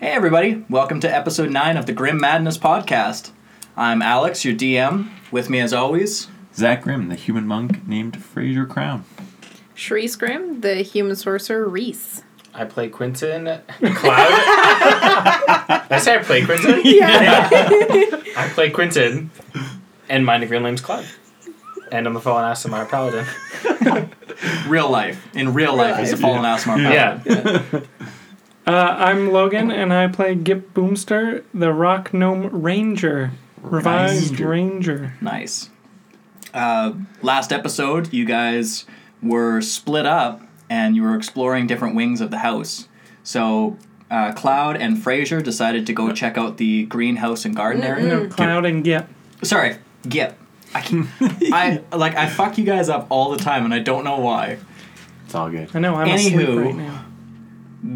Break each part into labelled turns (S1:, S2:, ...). S1: everybody. Welcome to episode 9 of the Grim Madness Podcast. I'm Alex, your DM. With me, as always,
S2: Zach Grimm, the human monk named Fraser Crown.
S3: Sharice Grimm, the human sorcerer Reese.
S4: I play Quentin Cloud. Did I say I play Quentin? I play Quentin, and my real name's Cloud. And I'm a fallen Asimar Paladin.
S1: real life. In real life, he's a fallen Asmar.
S4: Yeah.
S5: Uh, I'm Logan, and I play Gip Boomster, the Rock Gnome Ranger. Revised
S2: Ranger.
S5: Ranger.
S1: Nice. Uh, last episode, you guys were split up and you were exploring different wings of the house. So, uh, Cloud and Fraser decided to go check out the greenhouse and garden area.
S5: No, Cloud and Gip.
S1: Sorry, Gip. I can, I like I fuck you guys up all the time, and I don't know why.
S2: It's all good.
S5: I know, I'm asleep
S1: Anywho.
S5: right now.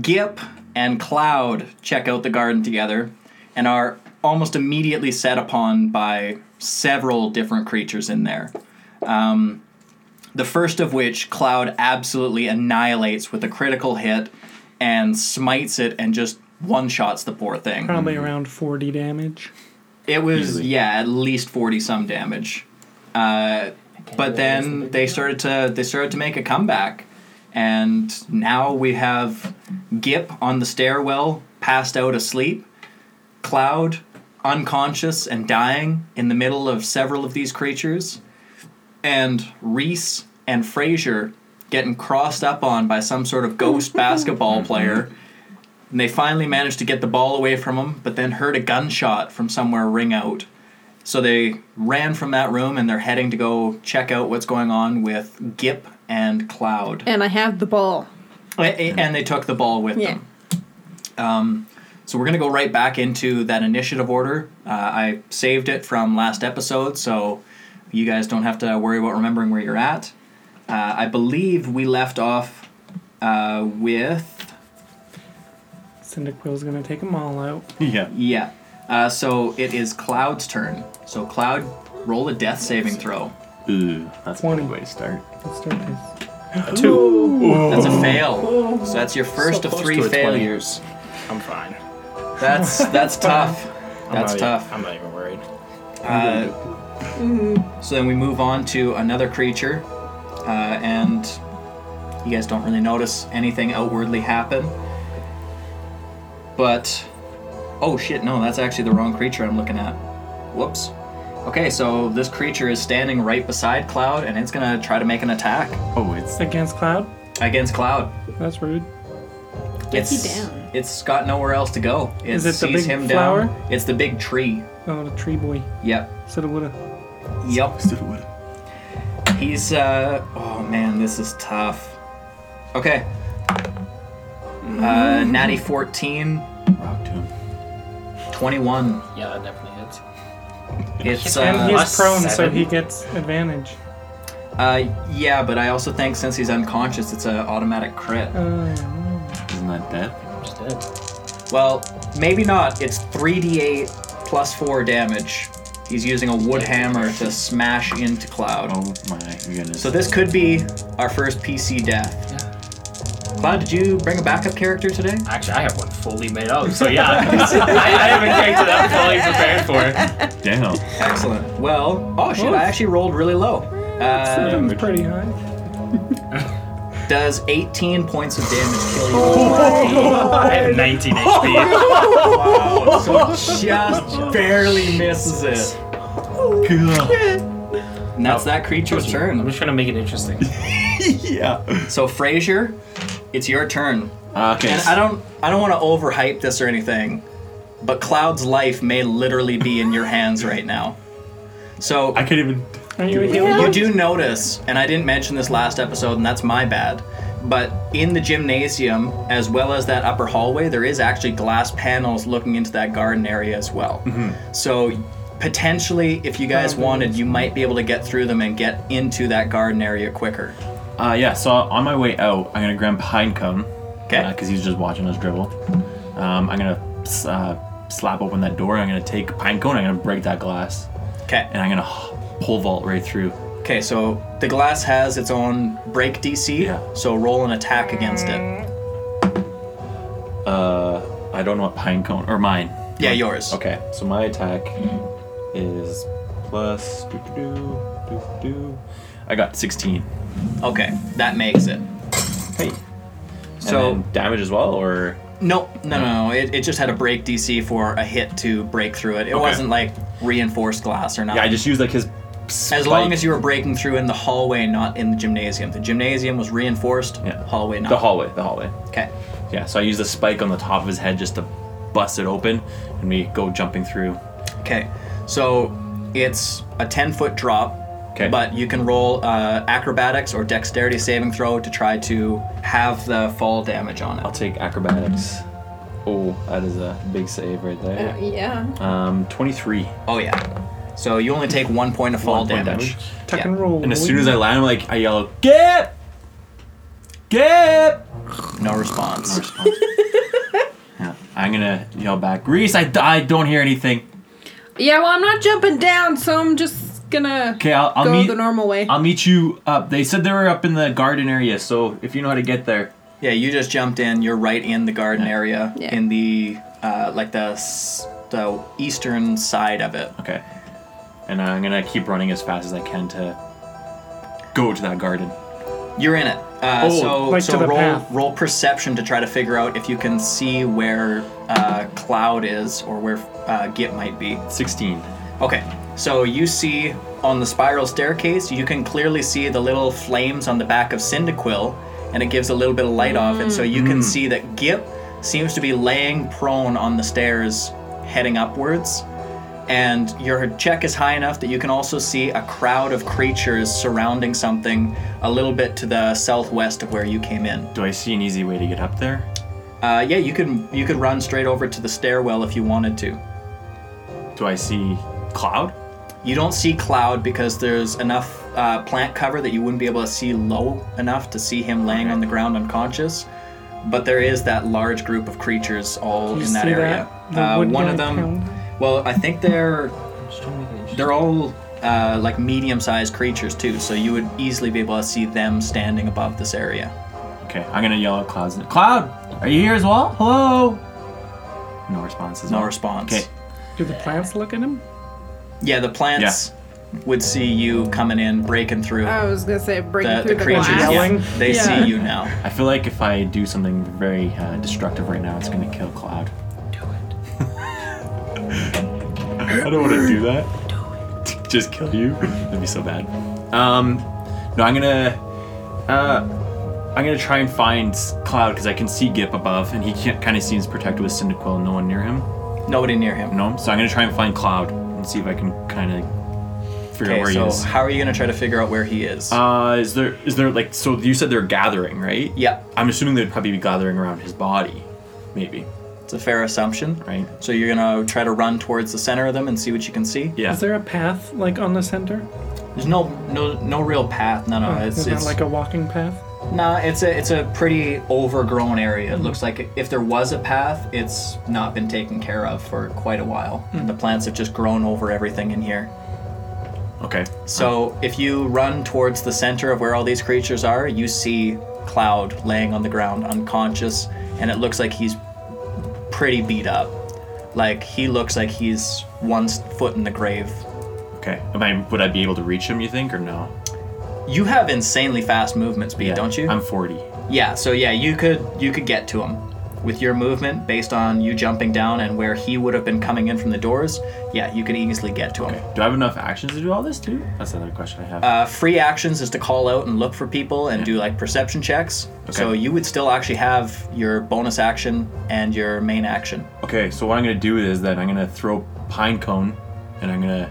S1: Gip and Cloud check out the garden together and are almost immediately set upon by several different creatures in there. Um, the first of which Cloud absolutely annihilates with a critical hit and smites it and just one shots the poor thing.
S5: Probably around 40 damage.
S1: It was
S2: Easily.
S1: yeah, at least forty some damage. Uh, but then they started to they started to make a comeback, and now we have Gip on the stairwell, passed out asleep. Cloud, unconscious and dying in the middle of several of these creatures, and Reese and Frazier getting crossed up on by some sort of ghost basketball player. And they finally managed to get the ball away from him, but then heard a gunshot from somewhere ring out. So they ran from that room and they're heading to go check out what's going on with Gip and Cloud.
S3: And I have the ball.
S1: A- a- And they took the ball with
S3: Yeah.
S1: them. So we're going to go right back into that initiative order. Uh, I saved it from last episode, so you guys don't have to worry about remembering where you're at. Uh, I believe we left off uh, with.
S5: Cyndaquil's gonna take them all out.
S2: Yeah.
S1: Yeah. Uh, so it is Cloud's turn. So Cloud, roll a death saving throw.
S2: Ooh, that's
S5: Twenty.
S2: a good way to start.
S5: Let's start this.
S4: A two.
S1: That's a fail. So that's your first
S4: So
S1: of
S4: close
S1: three
S4: to a 20.
S1: failures.
S4: I'm fine.
S1: That's that's tough.
S4: I'm
S1: That's
S4: not
S1: tough.
S4: Even, I'm not even worried.
S1: Uh, so then we move on to another creature, uh, and you guys don't really notice anything outwardly happen. But oh shit, no, that's actually the wrong creature I'm looking at. Whoops. Okay, so this creature is standing right beside Cloud, and it's gonna try to make an attack
S2: Oh, it's
S5: Against Cloud?
S1: against Cloud.
S5: That's rude.
S3: Take you
S1: It's
S3: down.
S1: it's got nowhere else to go. It
S5: Is it the
S1: sees
S5: big
S1: him
S5: flower?
S1: down. It's the big tree.
S5: Oh, the tree boy.
S1: Yep.
S5: Said it would've.
S1: Yep.
S2: still wood.
S1: He's uh oh man, this is tough. Okay. Uh
S5: Mm-hmm.
S1: Natty 14,
S2: Rock to him.
S1: 21.
S4: Yeah, that definitely hits.
S1: It's
S5: And
S1: uh,
S5: he's
S4: plus
S5: prone, so
S4: seven.
S5: he gets advantage.
S1: uh yeah, but I also think since he's unconscious, it's an automatic crit.
S5: Uh,
S2: Isn't that dead?
S4: I'm just dead.
S1: Well, maybe not. It's 3d8 plus 4 damage. He's using a wood hammer to smash into Cloud.
S2: Oh my goodness.
S1: So this could be our first PC death. Cloud, did you bring a backup character today?
S4: Actually, I have one fully made up, so yeah. I, I haven't kicked it up fully prepared for it.
S2: Damn.
S1: Excellent. Well, oh shit,
S5: Oh.
S1: I actually rolled really low. Uh,
S5: seven's pretty high.
S1: Does 18 points of damage kill you? Oh,
S4: I have 19 HP.
S1: Just barely misses it.
S2: God.
S1: And that's that creature's
S4: I'm
S1: turn.
S4: just trying to make it interesting.
S2: yeah.
S1: So Frazier, it's your turn.
S2: Okay.
S1: And I don't I don't want to overhype this or anything, but Cloud's life may literally be in your hands right now. So
S2: I could even.
S5: Are you a healer?
S1: you do notice, and I didn't mention this last episode, and that's my bad. But in the gymnasium, as well as that upper hallway, there is actually glass panels looking into that garden area as well.
S2: Mm-hmm.
S1: So potentially, if you guys wanted, you might be able to get through them and get into that garden area quicker.
S2: Uh, yeah. So on my way out, I'm gonna grab Pinecone.
S1: 'Kay.
S2: Because he's just watching us dribble. Um, I'm gonna uh, slap open that door. I'm gonna take Pinecone. I'm gonna break that glass,
S1: Okay.
S2: and I'm gonna pole vault right through.
S1: Okay. So the glass has its own break DC.
S2: Yeah.
S1: So roll an attack against it.
S2: Uh, I I don't know what pine cone or mine.
S1: Yeah, yours.
S2: Okay, so my attack is plus do do do do do. I got 16.
S1: Okay, that makes it.
S2: Hey.
S1: So-
S2: So damage as well, or
S1: Nope, no, no, no. It, it just had a break DC for a hit to break through it. It wasn't like reinforced glass or nothing.
S2: yeah, I just used like his.
S1: um, as long as you were breaking through in the hallway, not in the gymnasium. The gymnasium was reinforced.
S2: Yeah.
S1: Hallway not.
S2: the hallway, the hallway.
S1: Okay.
S2: Yeah, so I used the spike on the top of his head just to bust it open, and we go jumping through.
S1: Okay. So it's a ten foot drop.
S2: 'Kay.
S1: But you can roll uh, acrobatics or dexterity saving throw to try to have the fall damage on
S2: I'll
S1: it.
S2: take acrobatics. Oh, that is a big save right
S3: Uh,
S2: there.
S3: yeah.
S2: Um, 23.
S1: Oh yeah. So you only take one point of fall
S2: One point
S1: damage.
S5: Tuck
S1: Yeah.
S5: and roll.
S2: And as soon as I land, I'm like, I yell, Gip! Gip!
S1: No response.
S2: Yeah, I'm gonna yell back, Reese, I, I don't hear anything.
S3: Yeah, well, I'm not jumping down, so I'm just gonna
S2: Okay, I'll, I'll
S3: go
S2: meet.
S3: the normal way.
S2: I'll meet you up. They said they were up in the garden area, so if you know how to get there,
S1: Yeah, you just jumped in. You're right in the garden area,
S3: Yeah.
S1: in the uh, like the s- the eastern side of it.
S2: okay. And I'm gonna keep running as fast as I can to go to that garden.
S1: You're in it. Uh,
S2: Oh,
S1: so
S5: like
S1: so
S5: to the
S1: roll
S5: path.
S1: roll perception to try to figure out if you can see where uh, Cloud is or where uh, Git might be.
S2: 16.
S1: Okay, so you see on the spiral staircase, you can clearly see the little flames on the back of Cyndaquil, and it gives a little bit of light off, and so you can see that Gip seems to be laying prone on the stairs, heading upwards. And your check is high enough that you can also see a crowd of creatures surrounding something a little bit to the southwest of where you came in.
S2: Do I see an easy way to get up there?
S1: Uh, yeah, you can you could run straight over to the stairwell if you wanted to.
S2: Do I see cloud?
S1: You don't see Cloud because there's enough uh, plant cover that you wouldn't be able to see low enough to see him laying on the ground unconscious. But there is that large group of creatures all
S5: You
S1: in that
S5: see
S1: area.
S5: that? The
S1: Uh,
S5: wood
S1: one
S5: guy
S1: of them.
S5: count?
S1: Well, I think they're they're all uh, like medium-sized creatures too, so you would easily be able to see them standing above this area.
S2: Okay, I'm gonna yell at Cloud's. Cloud, are you here as well? Hello? No response as
S1: No
S2: well.
S1: response.
S2: Okay.
S5: Do the plants look at him?
S1: Yeah, the plants would see you coming in, breaking through.
S3: I was gonna say Oh, breaking
S1: the,
S3: through
S1: the
S3: the,
S1: creatures,
S3: glass.
S5: Yelling.
S1: yeah, they
S3: Yeah.
S1: see you now.
S2: I feel like if I do something very uh, destructive right now, it's gonna kill Cloud. Do it. I don't want to do that. Do it. Just kill you. That'd be so bad. Um, no, I'm gonna, uh, I'm gonna try and find Cloud because I can see Gip above, and he kind of seems protected with Cyndaquil, and no one near him.
S1: Nobody near him.
S2: No, so I'm gonna try and find Cloud and see if I can kind of figure out
S1: Okay,
S2: where
S1: so
S2: he is.
S1: how are you gonna try to figure out where he is?
S2: Uh, is there is there like so you said they're gathering right?
S1: Yeah.
S2: I'm assuming they'd probably be gathering around his body, maybe.
S1: it's a fair assumption.
S2: Right.
S1: So you're gonna try to run towards the center of them and see what you can see.
S2: Yeah.
S5: Is there a path like on the center?
S1: There's no no no real path. No, no. Uh, It's
S5: Is that
S1: it's
S5: Oh, like a walking path?
S1: nah. It's a it's a pretty overgrown area. It looks like if there was a path, it's not been taken care of for quite a while. The plants have just grown over everything in here.
S2: okay.
S1: So if you run towards the center of where all these creatures are, you see Cloud laying on the ground unconscious, and it looks like he's pretty beat up. Like he looks like he's one s- foot in the grave.
S2: Okay. Am I would I be able to reach him? You think or no?
S1: You have insanely fast movement speed, don't you?
S2: I'm 40.
S1: yeah. So yeah, you could you could get to him with your movement based on you jumping down and where he would have been coming in from the doors. Yeah, you could easily get to him.
S2: Okay. Do I have enough actions to do all this too? That's another question I have.
S1: Uh, free actions is to call out and look for people and do like perception checks. So
S2: Okay.
S1: you would still actually have your bonus action and your main action.
S2: okay. So what I'm gonna do is that I'm gonna throw pine cone, and I'm gonna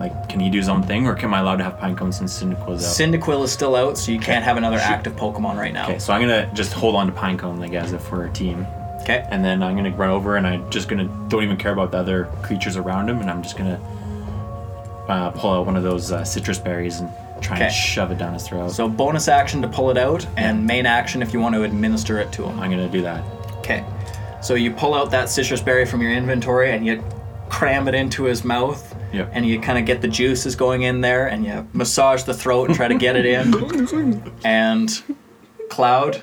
S2: like, can he do his own thing, or am I allowed to have pine cone since Cyndaquil's out?
S1: Cyndaquil is still out, so you can't have another active Pokemon right now.
S2: Okay, so I'm gonna just hold on to Pinecone like as if we're a team,
S1: Okay.
S2: and then I'm gonna run over and I'm just gonna don't even care about the other creatures around him, and I'm just gonna uh, pull out one of those uh, citrus berries and try
S1: Okay.
S2: and shove it down his throat. So
S1: So bonus action to pull it out, and main action if you want to administer it to him.
S2: I'm gonna do that.
S1: Okay. So you pull out that citrus berry from your inventory and you cram it into his mouth.
S2: Yep.
S1: And you kind of get the juices going in there, and you massage the throat and try to get it in. and Cloud,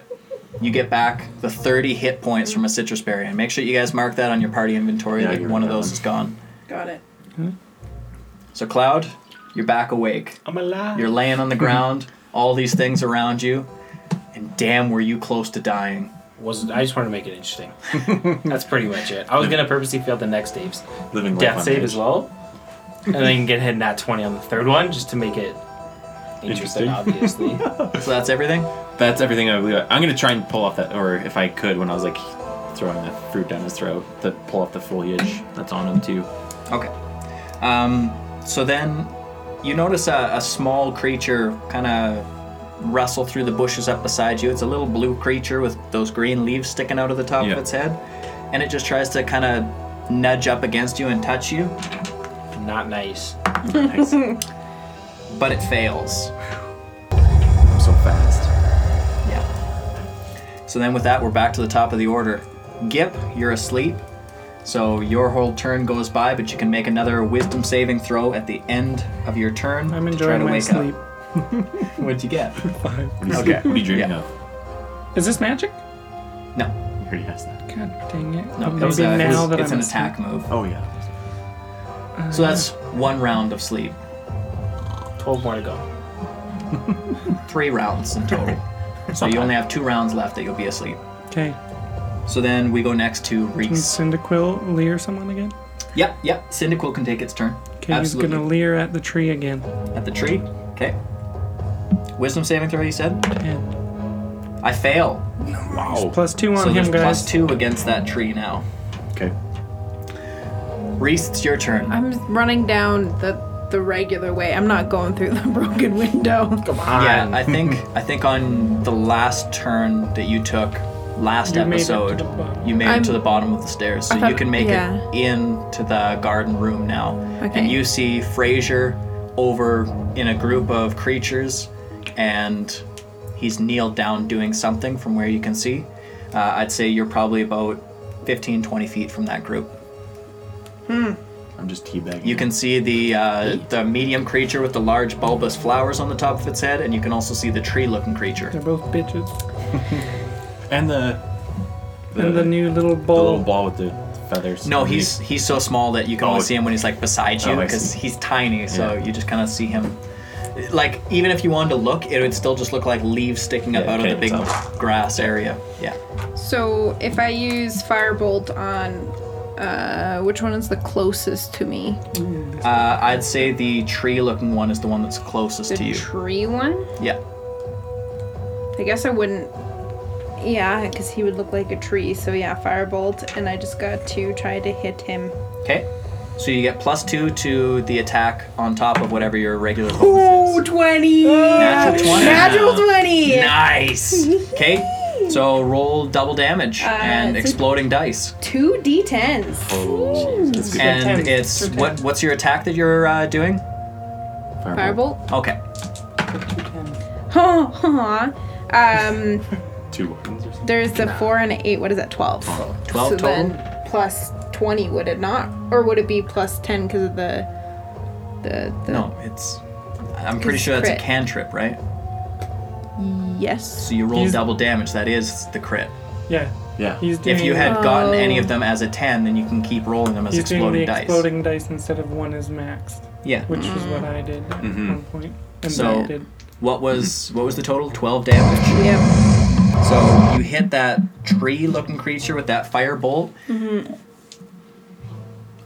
S1: you get back the 30 hit points from a citrus berry. And make sure you guys mark that on your party inventory
S2: Yeah, I
S1: that
S2: can
S1: one of
S2: remember
S1: those is
S2: that
S1: gone. Hmm?
S3: Got it.
S1: So, Cloud, you're back awake.
S2: I'm alive.
S1: You're laying
S2: Mm-hmm.
S1: on the ground, all these things around you, and damn, were you close to dying.
S4: Was I just wanted to make it interesting. That's pretty much it. I was gonna purposely fail the next saves,
S2: living life
S4: death
S2: on
S4: save
S2: edge.
S4: as well, and then get hit nat twenty on the third one just to make it
S2: Interesting.
S4: interesting. Obviously,
S1: So, that's everything?
S2: That's everything I believe. I'm gonna try and pull off that, or if I could, when I was like throwing the fruit down his throat, to pull off the foliage that's on him too.
S1: Okay. Um, so then you notice a, a small creature kind of rustle through the bushes up beside you. It's a little blue creature with those green leaves sticking out of the top
S2: Yeah.
S1: of its head. And it just tries to kind of nudge up against you and touch you,
S4: not nice.
S2: Nice. I'm
S1: but it fails.
S2: so fast.
S1: Yeah. So then with that, we're back to the top of the order. Gip, you're asleep. So your whole turn goes by, but you can make another wisdom saving throw at the end of your turn.
S5: I'm
S1: to try
S5: enjoying
S1: to
S5: my
S1: wake
S5: sleep.
S1: Up. What'd you get?
S2: What are you,
S1: Okay.
S2: what are you dreaming
S1: Yeah.
S2: of?
S5: Is this magic?
S1: No.
S2: You already asked that.
S5: God dang it.
S1: No,
S5: Maybe
S1: it was, uh, it
S5: now
S1: was-
S5: that
S1: it's
S5: I'm
S1: an attack move.
S2: Oh yeah.
S1: So that's one round of sleep.
S4: Twelve more to go.
S1: Three rounds in total. so you only have two rounds left that you'll be asleep.
S5: Okay.
S1: So then we go next to
S5: Can
S1: Reese.
S5: Cyndaquil leer someone again?
S1: Yep, yep. Cyndaquil can take its turn.
S5: Okay,
S1: Absolutely.
S5: he's gonna leer at the tree again.
S1: At the tree. Okay. Wisdom saving throw, you said?
S5: And
S1: I fail.
S2: Wow.
S5: plus two on
S1: So there's
S5: him, guys.
S1: plus two against that tree now.
S2: Okay.
S1: Reese, it's your turn.
S3: I'm running down the the regular way. I'm not going through the broken window.
S4: Come on.
S1: yeah, I think I think on the last turn that you took last
S5: You made it to the
S1: episode,
S5: bottom.
S1: you made it to
S3: I'm-
S1: the bottom of the stairs, so
S3: I thought-
S1: you can make
S3: yeah.
S1: it into the garden room now.
S3: Okay.
S1: And you see Fraser over in a group of creatures, and he's kneeled down doing something from where you can see. Uh, I'd say you're probably about 15, 20 feet from that group.
S2: I'm just teabagging.
S1: You can see the uh, the medium creature with the large bulbous flowers on the top of its head, and you can also see the tree-looking creature.
S5: They're both bitches.
S2: And the. The,
S5: and the new little
S2: the
S5: bowl.
S2: little ball with the feathers.
S1: No, he's he's so small that you can
S2: Oh,
S1: only
S2: it-
S1: see him when he's like beside you
S2: Oh, I
S1: because
S2: see.
S1: he's tiny. So
S2: Yeah.
S1: you just kind of see him. Like even if you wanted to look, it would still just look like leaves sticking up
S2: Yeah,
S1: out of
S2: okay,
S1: the big
S2: it's out.
S1: grass area. Yeah,
S3: So if I use firebolt on, uh, which one is the closest to me?
S1: uh, I'd say the tree-looking one is the one that's closest
S3: The
S1: to you.
S3: tree one.
S1: yeah,
S3: I guess I wouldn't. Yeah, because he would look like a tree. So yeah, firebolt, and I just got to try to hit him.
S1: okay. So you get plus two to the attack on top of whatever your regular bonus is.
S3: 20!
S1: Natural 20.
S3: Natural 20!
S1: Nice. Okay. So roll double damage and
S3: Uh, it's a-
S1: exploding dice.
S3: Two d10s.
S2: Oh, Jesus.
S1: And
S5: tens.
S1: it's
S5: Two
S1: what?
S5: tens.
S1: What's your attack that you're uh, doing?
S3: Firebolt?
S1: Okay.
S3: Huh, huh. Um,
S2: Two weapons or something.
S3: there's the 4 and an 8. What is that, 12?
S1: 12
S3: so
S1: total?
S3: then plus 20, would it not? Or would it be plus 10 because of the. The, the
S1: No, it's. I'm pretty
S3: It's
S1: sure that's a
S3: crit.
S1: cantrip, right?
S3: Yes.
S1: So you roll
S5: He's-
S1: double damage. That is the crit.
S5: yeah.
S2: Yeah.
S5: He's doing
S1: If you had
S3: Oh.
S1: gotten any of them as a 10, then you can keep rolling them as
S5: he's doing the
S1: exploding dice.
S5: exploding dice instead of one is maxed,
S1: Yeah. Mm.
S5: which is what I did at one point. And
S1: Mm-hmm. So-
S5: Matt did.
S1: What was what was the total? 12 damage.
S3: Yep.
S1: So you hit that tree-looking creature with that fire bolt.
S3: Mm-hmm.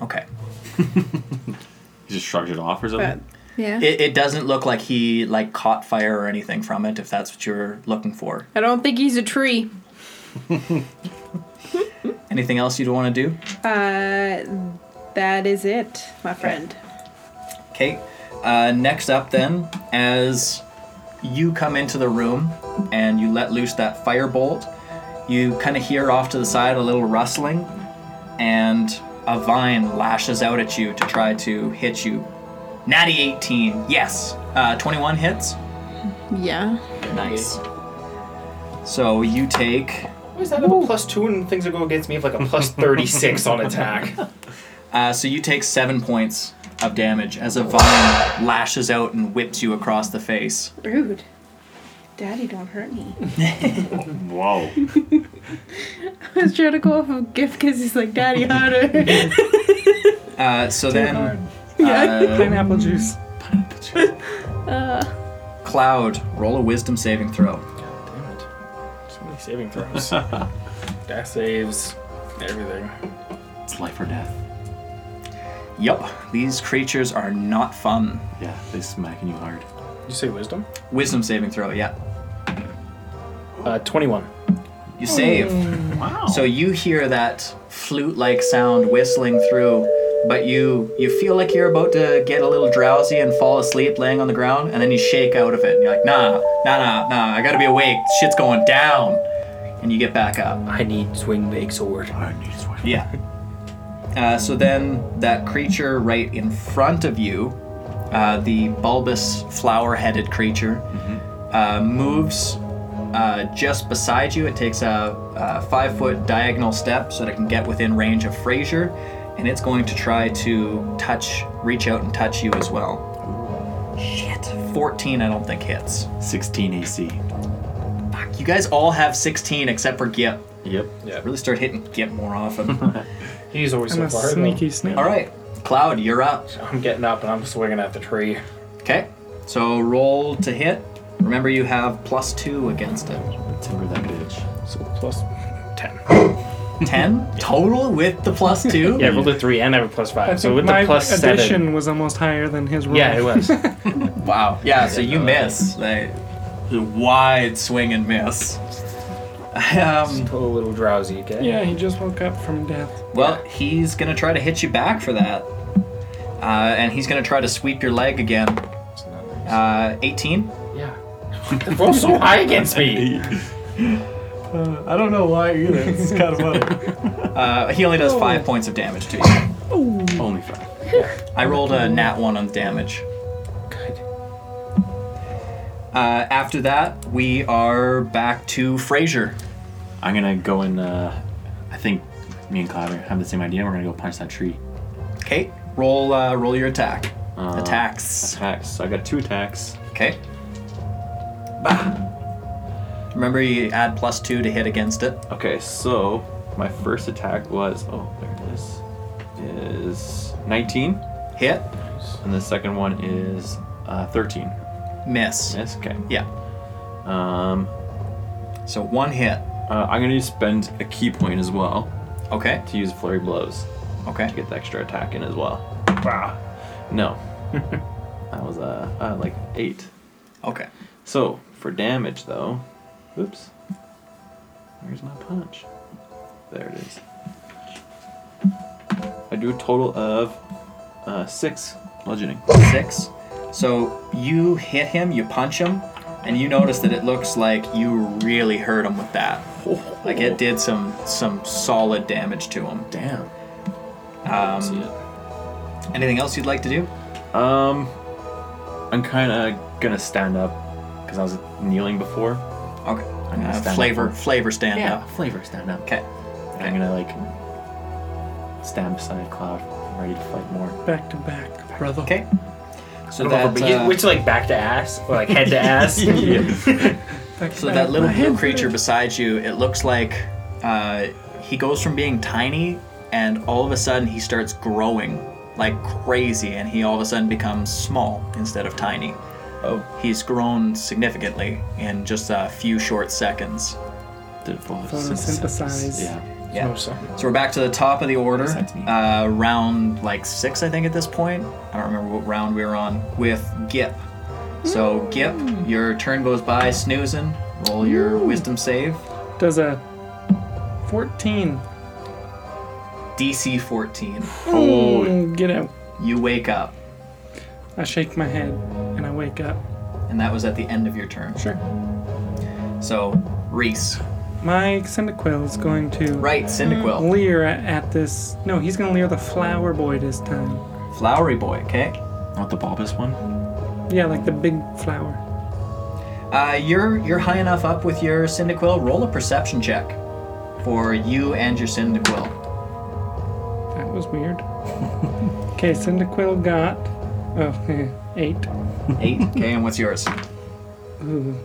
S1: Okay.
S2: He just shrugged it off or
S3: But,
S2: something.
S3: yeah.
S1: It, it doesn't look like he like caught fire or anything from it. If that's what you're looking for.
S3: I don't think he's a tree.
S1: Anything else you'd want to do?
S3: Uh, that is it, my friend.
S1: Okay. Uh, next up, then, as you come into the room and you let loose that firebolt, you kind of hear off to the side a little rustling, and a vine lashes out at you to try to hit you. Natty 18, yes. Uh, 21 hits.
S3: Yeah.
S1: Nice. So you take.
S4: Why does that have a plus two and things that go against me have like a plus thirty six on attack?
S1: Uh, so you take seven points of damage as a vine lashes out and whips you across the face.
S3: Rude. Daddy, don't hurt me.
S2: Whoa.
S3: I was trying to go off of gift because he's like, Daddy, harder.
S1: Uh, so
S5: hard.
S1: then,
S5: Plain
S1: uh,
S5: apple juice.
S3: uh,
S1: Cloud, roll a wisdom saving throw.
S4: God damn it. So many saving throws. Death saves. Everything.
S2: It's life or death.
S1: Yup, these creatures are not fun.
S2: Yeah, they smacking you hard.
S4: Did you say wisdom?
S1: Wisdom saving throw, yeah.
S2: Oh.
S4: Uh, 21.
S1: You save.
S2: Wow.
S1: So you hear that flute-like sound whistling through, but you you feel like you're about to get a little drowsy and fall asleep laying on the ground, and then you shake out of it. And you're like, nah, nah, nah, nah. I gotta be awake. Shit's going down. And you get back up.
S4: I need swing big sword.
S2: I need to swipe.
S1: Yeah. Uh, so then that creature right in front of you, uh, the bulbous flower-headed creature, uh, moves uh, just beside you. It takes a, a five-foot diagonal step so that it can get within range of Frazier, and it's going to try to touch, reach out and touch you as well. Shit. 14, I don't think hits.
S2: 16 AC.
S1: Fuck, you guys all have 16 except for Gip.
S2: Yep.
S4: Yeah.
S1: Really start hitting Gip more often.
S4: He's always
S5: I'm a
S4: so far. though.
S5: sneaky snake.
S1: all right, Cloud, you're up.
S4: I'm getting up and I'm swinging at the tree.
S1: Okay, so roll to hit. Remember, you have plus two against it.
S2: Timber that bitch.
S4: So plus 10.
S2: Oh,
S1: Ten total with the plus two.
S4: Yeah, I rolled a 3 and I have a plus 5.
S5: I
S4: so
S5: think
S4: with
S5: my
S4: the plus
S5: addition
S4: 7.
S5: was almost higher than his roll.
S4: Yeah, it was.
S1: Wow. Yeah. So you miss. Like, a wide swing and miss. Um,
S4: Total little drowsy, okay?
S5: Yeah, he just woke up from death.
S1: well, he's gonna try to hit you back for that, uh, and he's gonna try to sweep your leg again.
S4: It's not nice.
S1: Uh, 18.
S4: Yeah. They roll so high against me.
S2: I don't know why either. It's kind of funny.
S1: Uh, he only does five points of damage to you.
S2: Only five.
S1: I rolled a nat one on damage.
S4: Good.
S1: Uh, after that, we are back to Frazier.
S2: I'm gonna go and uh, I think me and Cloud have the same idea. We're gonna go punch that tree.
S1: Okay, roll uh, roll your attack.
S2: Uh,
S1: Attacks.
S2: Attacks. So I got two attacks.
S1: Okay. Remember, you add plus two to hit against it.
S2: Okay, so my first attack was oh there it is is 19,
S1: Hit,
S2: and the second one is uh, 13.
S1: miss.
S2: Yes. Okay.
S1: Yeah.
S2: Um,
S1: So one hit.
S2: uh, I'm gonna spend a key point as well
S1: Okay.
S2: to use flurry blows to
S1: Okay.
S2: get the extra attack in as well. No. that was uh, uh like eight.
S1: Okay.
S2: So for damage though, oops. Where's my punch? There it is. I do a total of uh, six bludgeoning.
S1: Six. So you hit him, you punch him, and you notice that it looks like you really hurt him with that. Like it did some some solid damage to him.
S2: Damn. See
S1: Um,
S2: it.
S1: anything else you'd like to do?
S2: Um, I'm kind of gonna stand up because I was kneeling before.
S1: Okay.
S2: I'm gonna
S1: Uh,
S2: stand up.
S1: flavor flavor stand up.
S2: flavor stand up.
S1: Okay.
S2: And I'm gonna like stand beside Cloud, ready to fight more.
S5: Back to back, brother.
S1: Okay. So
S4: I don't
S1: that,
S4: know, but you-
S1: uh,
S4: which like back to ass or like head to ass.
S5: Back to
S1: so
S5: back.
S1: that little
S5: My
S1: blue
S5: hands
S1: creature
S5: hurt.
S1: beside you, it looks like uh, he goes from being tiny and all of a sudden he starts growing like crazy and he all of a sudden becomes small instead of tiny.
S2: Oh,
S1: He's grown significantly in just a few short seconds.
S2: did it photosynthesize?
S5: Photosynthesize.
S2: Yeah.
S1: Yeah.
S4: So,
S1: So we're back to the top of the order.
S2: Besides me.
S1: Uh, round like six, I think, at this point. I don't remember what round we were on with Gip. So, Gip, your turn goes by snoozing. Roll your wisdom save.
S5: Does a 14.
S1: DC 14.
S2: Oh.
S5: Mm, Get out.
S1: You wake up,
S5: I shake my head and I wake up.
S1: and that was at the end of your turn.
S5: Sure.
S1: So, Reese.
S5: My Cyndaquil is going to
S1: Right, Cyndaquil.
S5: leer at, at this. No, he's going to leer the flower boy this time.
S1: Flowery boy, okay?
S2: Not the bulbous one.
S5: Yeah, like the big flower.
S1: Uh, you're you're high enough up with your Cyndaquil. Roll a perception check for you and your Cyndaquil.
S5: That was weird. okay, Cyndaquil got. Oh, eh, eight.
S1: Eight. Okay, and what's yours?
S5: Ooh.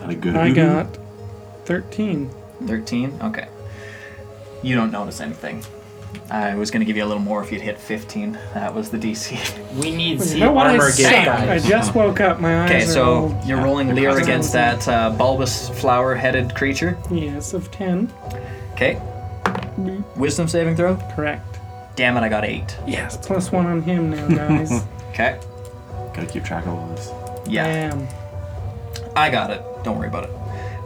S2: Not a good.
S5: I got 13.
S1: 13? Okay. You don't notice anything. I was going to give you a little more if you'd hit 15. That was the DC.
S4: We need
S5: Wait,
S4: sea
S5: you know what I
S4: armor
S5: said?
S4: again,
S5: I
S4: guys.
S5: just woke up. My eyes
S1: Okay,
S5: are
S1: so
S5: all-
S1: you're rolling Lear
S5: Crossbones.
S1: against that uh, bulbous flower headed creature.
S5: Yes, of 10.
S1: Okay. Wisdom saving throw?
S5: Correct.
S1: Damn it, I got 8.
S5: Yes, plus one on him now, guys.
S1: Okay.
S2: Gotta keep track of all this.
S1: Yeah.
S5: Damn.
S1: I got it. Don't worry about it.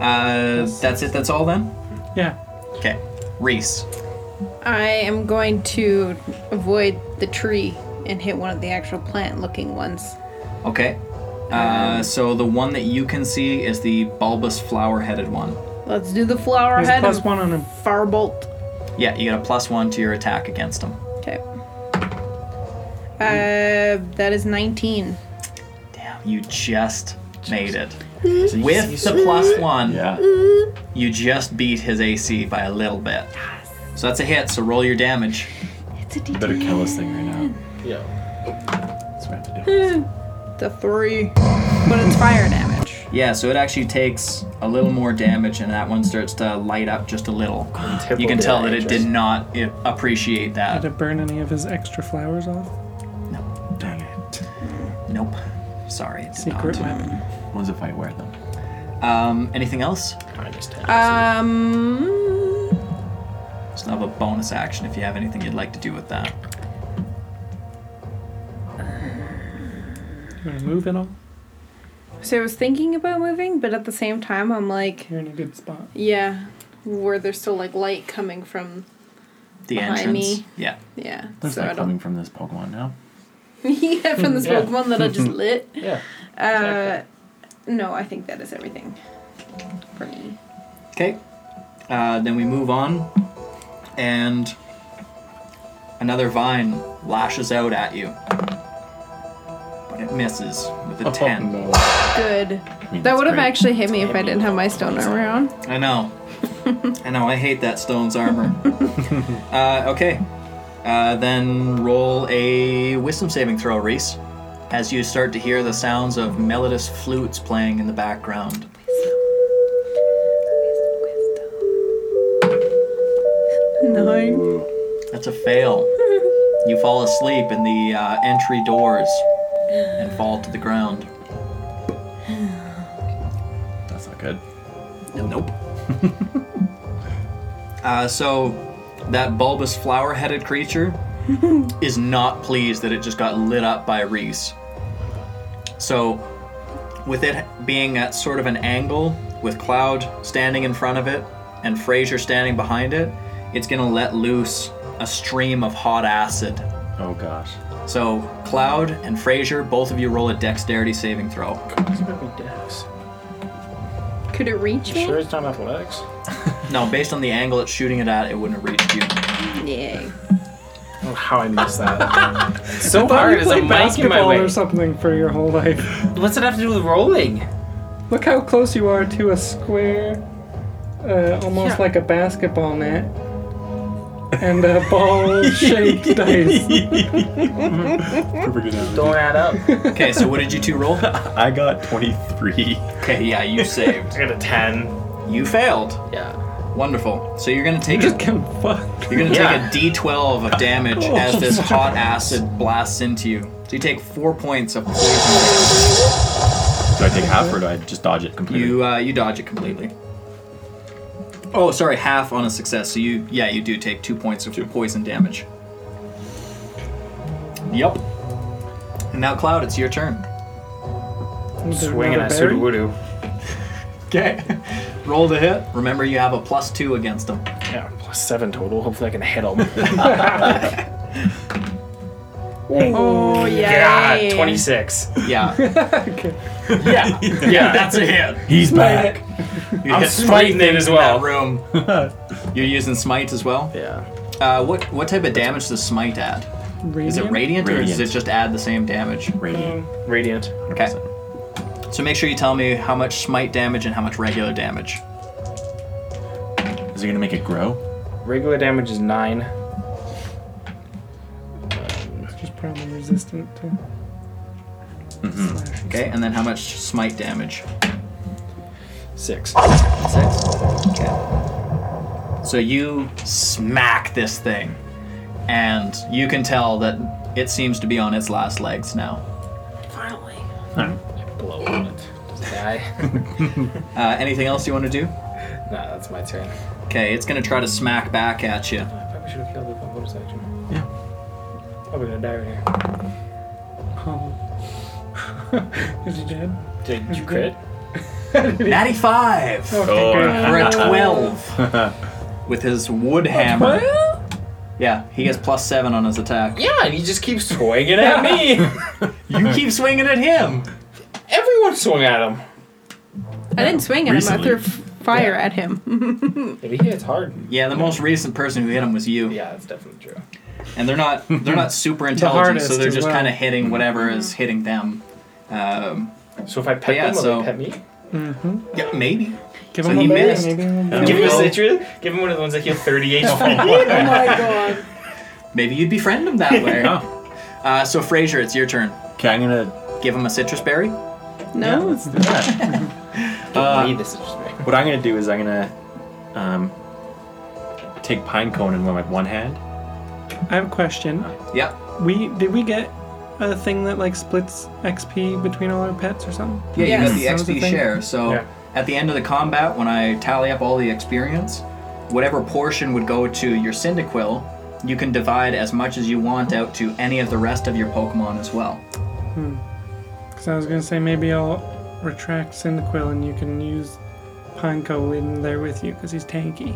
S1: Uh, that's it. That's all then?
S5: Yeah.
S1: Okay. Reese.
S3: I am going to avoid the tree and hit one of the actual plant looking ones.
S1: Okay. Uh, so the one that you can see is the bulbous flower headed one.
S3: Let's do the flower
S5: There's
S3: head.
S5: plus
S3: and
S5: one on him.
S3: Firebolt.
S1: Yeah, you get a plus one to your attack against him.
S3: Okay. Uh, that is 19.
S1: Damn, you just made it. With the plus one,
S2: Yeah.
S5: Mm.
S1: you just beat his AC by a little bit. So that's a hit, so roll your damage.
S3: It's a D.
S2: Better kill this thing right now.
S4: Yeah.
S2: That's what I have to do.
S3: The three. But it's fire damage.
S1: Yeah, so it actually takes a little more damage, and that one starts to light up just a little. You can tell that it did not i- appreciate
S5: Did
S1: that.
S5: it burn any of his extra flowers off? Mm.
S2: Dang it.
S1: Nope. Sorry, it did
S5: Secret
S1: not.
S5: weapon.
S2: When's the fight where though?
S1: Um, anything else?
S4: I understand.
S3: Um.
S1: Just have a bonus action if you have anything you'd like to do with that.
S5: You want to move it all?
S3: So I was thinking about moving, but at the same time, I'm like,
S5: You're in a good spot.
S3: yeah, where there's still like light coming from.
S1: The
S3: Behind
S1: entrance.
S3: me.
S1: Yeah.
S3: Yeah.
S2: That's
S3: so I
S2: not
S3: don't.
S2: coming from this Pokemon now.
S3: yeah, from this
S4: Yeah.
S3: Pokemon that I just lit.
S4: yeah.
S3: Uh, no, I think that is everything for me.
S1: Okay. Uh, then we move on, and another vine lashes out at you, but it misses with a ten.
S3: Good.
S2: I mean,
S3: That
S2: that's
S3: would have
S2: great.
S3: actually hit me if I didn't have my stone armor on.
S1: I know. I know. I hate that stone's armor. uh, okay. Uh, then roll a wisdom saving throw, Reese, as you start to hear the sounds of melodious flutes playing in the background.
S3: Nine.
S1: That's a fail. You fall asleep in the uh, entry doors and fall to the ground.
S2: That's not good.
S1: Nope. uh, so that bulbous flower-headed creature is not pleased that it just got lit up by Reese. So, with it being at sort of an angle, with Cloud standing in front of it and Fraser standing behind it, it's gonna let loose a stream of hot acid.
S2: Oh gosh.
S1: So, Cloud and Fraser, both of you roll a dexterity saving throw.
S4: It's about my dex.
S3: Could it reach
S4: You
S3: me?
S4: Sure, it's not athletics.
S1: No, based on the angle it's shooting it at, it wouldn't have reached you.
S3: Yay.
S4: I don't know how I missed that. so
S5: Thought
S4: hard
S5: you
S4: as a
S5: played
S4: mic in my
S5: basketball
S4: way.
S5: or something for your whole life.
S4: What's it have to do with rolling?
S5: Look how close you are to a square, uh, almost
S4: Yeah.
S5: like a basketball net, and a ball-shaped dice.
S2: Perfect analogy.
S4: Don't add up. I
S1: Okay, so what did you two roll?
S2: I got 23.
S1: Okay, yeah, you saved.
S4: got a ten.
S1: You failed.
S4: Yeah.
S1: Wonderful. So you're gonna take
S5: Just
S1: a,
S5: kind of fucked.
S1: you're gonna
S4: Yeah.
S1: take a D12 of damage as this hot acid blasts into you. So you take four points of poison.
S2: Do I take half or do I just dodge it completely?
S1: You uh, you dodge it completely. Oh, sorry, half on a success. So you yeah you do take two points of poison damage. Yep. And now Cloud, it's your turn.
S4: Swinging at Sudowoodo.
S1: Okay. Roll to hit. Remember, you have a plus two against them.
S4: Yeah, plus seven total. Hopefully, I can hit him.
S3: Oh, yeah.
S4: God, twenty-six.
S1: Yeah.
S5: Okay.
S4: Yeah, yeah,
S1: That's a hit.
S2: He's
S5: Made
S2: back.
S5: it.
S1: You
S4: I'm
S1: hit
S4: smiting it as
S1: that
S4: well.
S1: room. You're using smite as well.
S4: Yeah.
S1: Uh, what what type of damage does smite add? Is it radiant, or does
S2: Radiant.
S1: it just aad the same damage?
S2: Radiant.
S4: Radiant.
S1: Okay. So make sure you tell me how much smite damage and how much regular damage.
S2: Is it gonna make it grow?
S4: Regular damage is nine.
S5: It's just probably resistant to.
S1: Okay, and then how much smite damage?
S4: Six.
S1: Six. Okay. So you smack this thing, and you can tell that it seems to be on its last legs now.
S3: Finally.
S4: Blow on it. Doesn't die.
S1: Uh, anything else you want to do?
S4: nah, that's my turn.
S1: Okay, it's gonna try to smack back at you.
S4: I probably should have killed it with my bonus action.
S2: Yeah.
S4: Probably gonna die right here.
S5: Oh. Is he dead?
S4: Did you crit?
S1: 95
S5: Okay,
S2: Oh.
S5: good.
S1: for a 12 with his wood hammer. Yeah, he gets plus seven on his attack.
S4: Yeah, and he just keeps swinging at me.
S1: You keep swinging at him.
S4: Everyone swung at him.
S3: I didn't swing at
S2: Recently.
S3: him. I threw f- fire at him.
S4: Maybe he hits hard.
S1: Yeah, the most recent person who hit him was you,
S4: Yeah, that's definitely true.
S1: and they're not they're not super intelligent, so
S5: hardest
S1: they're
S5: as
S1: just
S5: well.
S1: kind of hitting whatever is hitting them. Um,
S4: So if I pet
S1: Yeah,
S4: them, will
S1: so-
S4: they pet me?
S1: yeah, maybe.
S5: Give
S1: So
S5: him
S1: he
S5: a bear,
S1: missed.
S5: maybe he'll-
S2: Yeah.
S4: Give
S1: we
S4: him a
S1: go.
S4: citrus. Give him one of the ones that heal 30 HP.
S3: oh my god.
S1: Maybe you'd befriend him that way.
S2: Oh.
S1: uh, so Fraser, it's your turn.
S2: Okay, I'm gonna.
S1: Give him a citrus berry.
S2: Yeah,
S3: No.
S2: let's do that.
S4: Uh, me, this is just me.
S2: what I'm gonna do is I'm gonna um, take pine cone in my one hand.
S5: I have a question.
S1: Yep.
S5: We did we get a thing that like splits XP between all our pets or something?
S1: Yeah,
S3: Yes.
S1: you
S5: That
S1: got
S5: was
S1: the
S5: the
S1: XP
S5: thing.
S1: share. So
S4: Yeah.
S1: at the end of the combat, when I tally up all the experience, whatever portion would go to your Cyndaquil, you can divide as much as you want out to any of the rest of your Pokemon as well.
S5: Because I was gonna say maybe I'll retract Cyndaquil and you can use Pineco in there with you because he's tanky.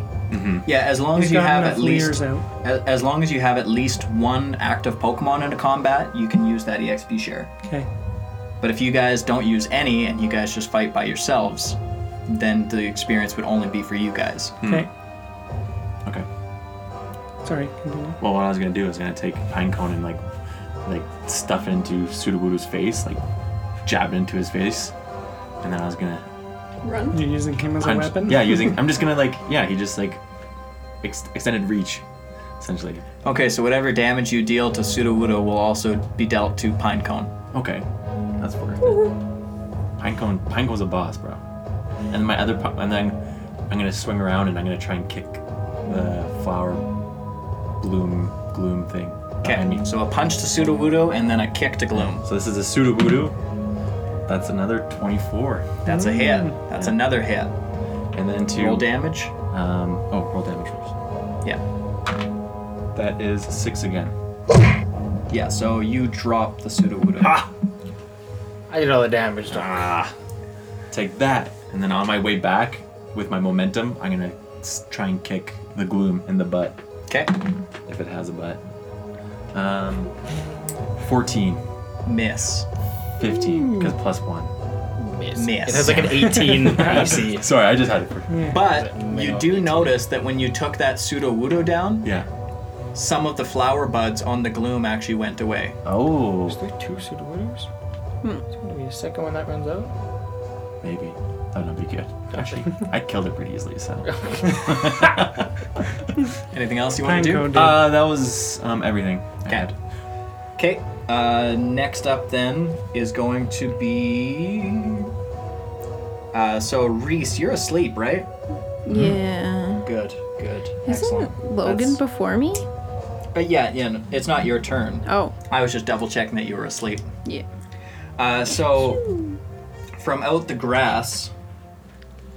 S1: Yeah, as long
S5: He's
S1: as you
S5: got
S1: have
S5: enough
S1: at least
S5: leers out.
S1: a- as long as you have at least one active Pokemon in a combat, you can use that EXP share.
S5: Okay.
S1: But if you guys don't use any and you guys just fight by yourselves, then the experience would only be for you guys.
S5: Okay.
S2: Okay.
S5: Sorry. Continue.
S2: Well, what I was gonna do is gonna take pine cone and like, like stuff it into Sudowoodo's face, like jab it into his face, and then I was gonna
S3: Run.
S5: You're using him as a
S2: punch.
S5: weapon.
S2: Yeah, using. I'm just gonna like, yeah, he just like, ex- extended reach, essentially.
S1: Okay, so whatever damage you deal to Sudowoodo will also be dealt to Pinecone.
S2: Okay, that's worth it. Pine cone, pine cone's a boss, bro. And my other, pi- and then I'm gonna swing around and I'm gonna try and kick the flower bloom gloom thing. Uh, behind
S1: Okay,
S2: me.
S1: so a punch to Sudowoodo and then a kick to Gloom.
S2: So this is a Sudowoodo. That's another 24.
S1: That's a hit.
S5: Mm.
S1: That's another hit.
S2: And then to
S1: Roll damage.
S2: Um, oh, roll damage first.
S1: Yeah.
S2: That is six again.
S1: Yeah, so you drop the Sudowoodo.
S4: I did all the damage. Don't
S2: Ah, take that. And then on my way back, with my momentum, I'm gonna s- try and kick the gloom in the butt
S1: Okay,
S2: if it has a butt. Um, 14,
S1: miss.
S2: 15, because plus one.
S4: miss.
S1: Ah, Miss.
S4: It has like an 18 AC.
S2: Sorry, I just had it for.
S5: Yeah.
S1: But you do notice that when you took that Sudowoodo down,
S2: Yeah.
S1: some of the flower buds on the Gloom actually went away.
S2: Oh,
S4: Is there two Sudowoodos?
S1: Hmm.
S4: Is there gonna be a second one that runs out?
S2: maybe. That would be good. Actually, I killed it pretty easily, so.
S1: Anything else you want to
S5: Pineco
S1: do?
S5: did.
S2: Uh, that was um, everything. I
S1: Okay.
S2: had.
S1: Okay, uh, next up then is going to be. Uh, so, Reese, you're asleep, right?
S3: Yeah.
S1: Good, good.
S3: Isn't
S1: Mm-hmm. Excellent.
S3: Logan
S1: That's-
S3: before me?
S1: But yeah, yeah, no, it's not your turn.
S3: Oh,
S1: I was just double checking that you were asleep.
S3: yeah.
S1: Uh, so, from out the grass,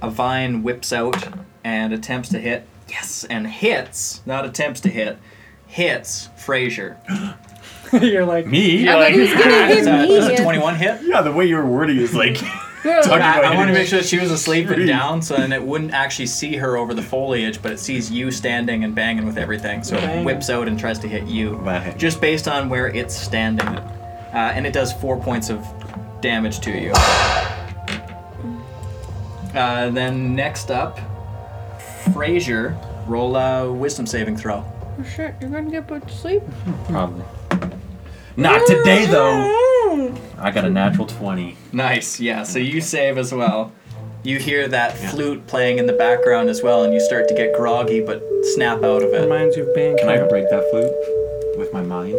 S1: a vine whips out and attempts to hit. Yes, and hits, not attempts to hit, hits Frazier.
S5: You're like
S2: Me?
S3: I thought he was gonna
S1: Does that- does a
S3: hit me.
S1: 21 hit?
S2: Yeah, the way you were wording is like.
S1: I,
S2: about
S1: I
S2: hitting
S1: wanted to make sure that she was asleep and
S2: Three.
S1: down, so then it wouldn't actually see her over the foliage, but it sees you standing and banging with everything, so it
S5: Bang.
S1: whips out and tries to hit you.
S2: Bang.
S1: Just based on where it's standing. Uh, and it does four points of damage to you. Uh, then next up, Frazier, roll a wisdom saving throw.
S3: Oh, shit, you're gonna get put to sleep?
S2: Probably. Not today, though.
S3: Hmm.
S2: I got a natural 20.
S1: Nice, yeah. So you save as well. You hear that flute playing in the background as well, and you start to get groggy, but snap out of it.
S5: reminds you of Bandcamp.
S2: Can I break that flute with my mind?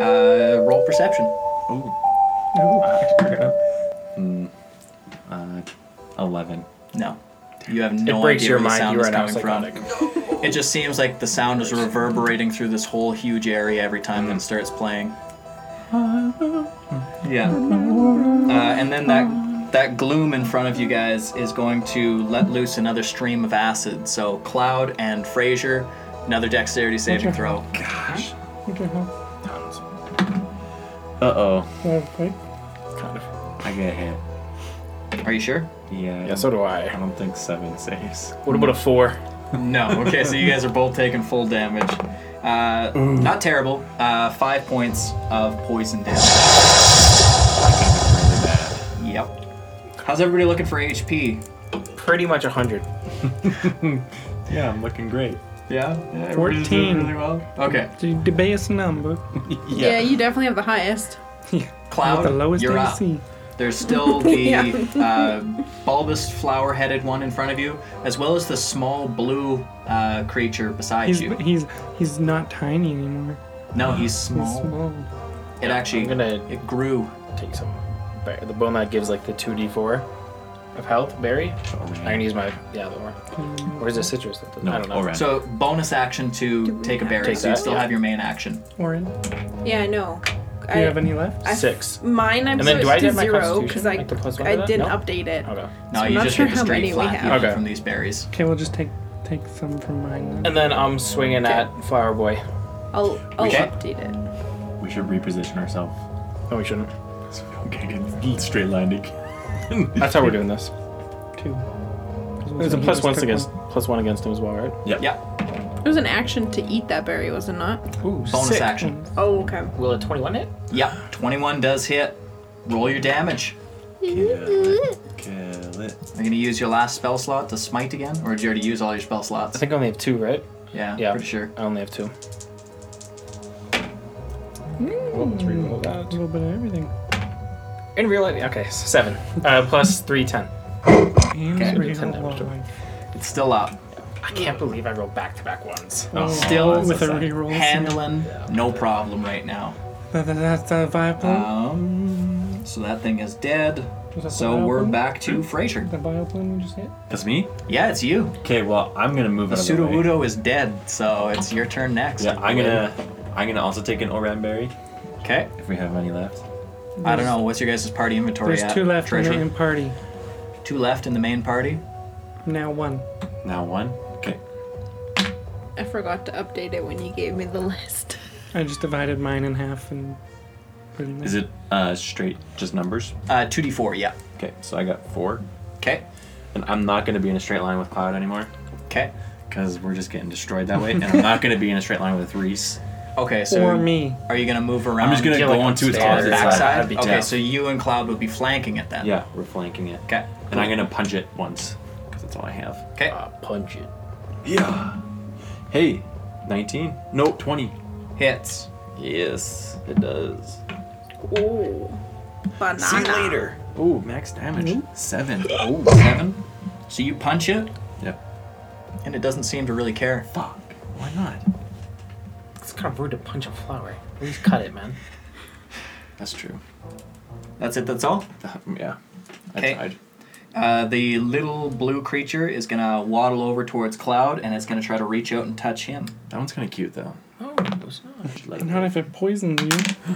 S1: Uh, roll perception.
S2: Oh. Uh, 11.
S1: No. You have no
S4: it breaks
S1: idea
S4: your
S1: where the
S4: mind.
S1: sound
S4: You
S1: is
S4: are now
S1: coming from.
S4: psychotic.
S1: It just seems like the sound is reverberating through this whole huge area every time that it starts playing. Yeah. Uh, and then that that gloom in front of you guys is going to let loose another stream of acid. So Cloud and Frazier, another dexterity saving throw.
S2: Gosh.
S5: Okay, well,
S2: Uh oh.
S5: well, wait.
S4: Kind of.
S2: I get hit.
S1: Are you sure?
S2: Yeah.
S4: Yeah, so do
S2: I
S4: I. Hmm.
S2: don't think seven saves.
S4: What about a four?
S1: No. Okay, so you guys are both taking full damage. Uh, not terrible. Uh, five points of poison damage.
S2: Really bad.
S1: Yep. How's everybody looking for HP?
S4: Pretty much a hundred.
S2: Yeah, I'm looking great.
S1: Yeah. yeah
S5: everybody's doing 14. really
S1: well. Okay.
S5: The, the base number.
S3: Yeah. you definitely have the highest.
S1: Cloud,
S5: the lowest
S1: you're up.
S5: AC.
S1: There's still the
S3: Yeah.
S1: uh, bulbous flower-headed one in front of you, as well as the small blue uh, creature beside
S5: He's,
S1: you.
S5: he's he's not tiny anymore.
S1: No, he's
S5: He's
S1: small.
S5: small.
S1: It actually
S4: I'm gonna
S1: it grew.
S4: take some. bar- The bone that gives like the two d four of health. Berry. I'm gonna use my yeah the one. Or is it citrus? That does-
S2: No,
S4: I don't know.
S2: Oran.
S1: So bonus action to take a berry,
S4: Take
S1: so you
S4: that,
S1: still
S4: yeah.
S1: have your main action.
S5: Orin, do
S3: Yeah, I know. I,
S5: you have any left?
S3: I-
S4: Six.
S3: Mine, I'm
S4: And then do
S3: switched to
S4: I get my
S3: zero
S4: constitution,
S3: because I,
S4: like the plus one to
S3: I
S4: that?
S3: didn't
S4: No? Oh.
S3: update it.
S4: Okay.
S1: No,
S3: So I'm
S1: you
S3: not
S1: just
S3: sure
S1: hit a
S3: how
S1: straight
S3: many we
S1: flat
S3: have.
S1: okay.
S4: Okay.
S1: from these berries.
S5: Okay, we'll just take take some from mine. Then.
S4: And then I'm swinging at Flower Boy.
S3: I'll, I'll
S1: Okay.
S3: update it.
S2: We should reposition ourselves.
S4: No, we shouldn't.
S2: So we don't get get straight landing.
S4: That's how we're doing this.
S5: Two.
S4: There's a plus one against plus one against him as well, right?
S1: Yeah.
S3: It was an action to eat that berry, was it not?
S4: Ooh,
S1: Bonus action.
S3: Oh, okay.
S4: Will a 21 hit?
S1: Yeah. 21 does hit. Roll your damage.
S2: Kill it. Kill it.
S1: Are you gonna use your last spell slot to smite again, or did you already use all your spell
S4: I
S1: slots?
S4: think I only have two, right?
S1: Yeah.
S4: Yeah.
S1: Pretty sure.
S4: I only have two.
S1: Hmm,
S5: A little bit of everything.
S4: In real life, okay, so seven. Uh, plus three, ten.
S5: And
S4: do ten damage to
S5: reroll.
S1: It's still up.
S4: I can't believe I rolled back to back ones.
S5: Oh,
S1: Still
S5: with a
S2: that's
S5: reroll. so-
S1: handling no problem right now.
S5: That, that, that's a biplane.
S1: Um, so that thing is dead.
S5: Was that the
S1: Uh, So we're
S5: biplane?
S1: back to Fraser.
S5: The biplane we just hit.
S2: That's me?
S1: Yeah, it's you.
S2: Okay, well, I'm gonna move
S1: The
S2: out of the
S1: pseudo
S2: way.
S1: Udo is dead, so it's your turn next.
S2: Yeah, I'm gonna I'm gonna also take an Oran berry
S1: Okay.
S2: if we have any left.
S1: I don't know. What's your guys' party inventory
S5: There's
S1: at?
S5: two left in
S1: Treasure.
S5: the in party.
S1: two left in the main party.
S5: Now one.
S2: Now one. Okay.
S3: I forgot to update it when you gave me the list.
S5: I just divided mine in half and. put in there.
S2: Is it uh straight just numbers?
S1: Uh, 2d4. Yeah.
S2: Okay, so I got four.
S1: Okay.
S2: And I'm not gonna be in a straight line with Cloud anymore.
S1: Okay.
S2: Because we're just getting destroyed that way. And I'm not gonna be in a straight line with Reese.
S1: Okay. So
S5: Or me.
S1: are you gonna move around?
S2: I'm just gonna
S4: Yeah,
S2: go
S4: Oh, like
S2: onto its
S4: upstairs.
S2: opposite
S4: Yeah,
S1: backside.
S4: that'd be
S1: okay.
S4: tough.
S1: So you and Cloud would be flanking it then.
S2: Yeah, we're flanking it.
S1: Okay.
S2: And I'm gonna punch it once, because that's all I have.
S1: Okay.
S4: Uh, punch it.
S2: Yeah. Hey, 19? No, 20.
S1: Hits.
S2: Yes, it does.
S3: Ooh. Banana.
S2: See you later. Ooh, max damage. Seven. Oh, seven?
S1: So you punch it,
S2: Yep.
S1: and it doesn't seem to really care.
S2: Fuck. Why not?
S4: It's kind of rude to punch a flower. At least cut it, man.
S2: That's true.
S1: That's it. That's all.
S2: yeah.
S1: Okay.
S2: I tried.
S1: Uh, the little blue creature is gonna waddle over towards Cloud, and it's gonna try to reach out and touch him.
S2: That one's kind of cute, though.
S4: Oh, it's not.
S2: Just like-
S5: Not if it poisons you.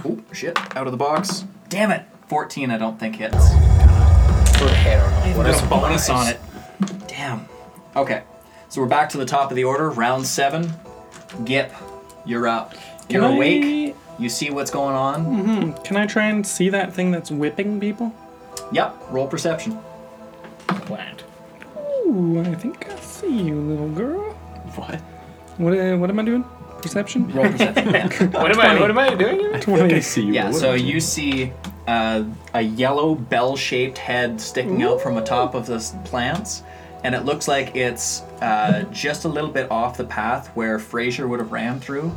S1: Oh shit! Out of the box. Damn it! Fourteen. I don't think hits.
S4: Put a head on it. What
S1: There's
S4: is
S1: a bonus on it. Damn. Okay. So we're back to the top of the order. Round seven. Gip, you're up. You're
S5: Can I-
S1: awake. You see what's going on.
S5: Can I try and see that thing that's whipping people?
S1: Yep. Roll perception.
S4: Plant.
S5: Ooh, I think I see you, little girl.
S2: What?
S5: What, uh, what am I doing? Perception?
S1: Roll perception.
S4: What am I? What am I doing?
S5: 20.
S2: see you.
S1: Yeah, so you see uh, a yellow bell shaped head sticking out from the top of the s- plants, and it looks like it's uh, just a little bit off the path where Fraser would have ran through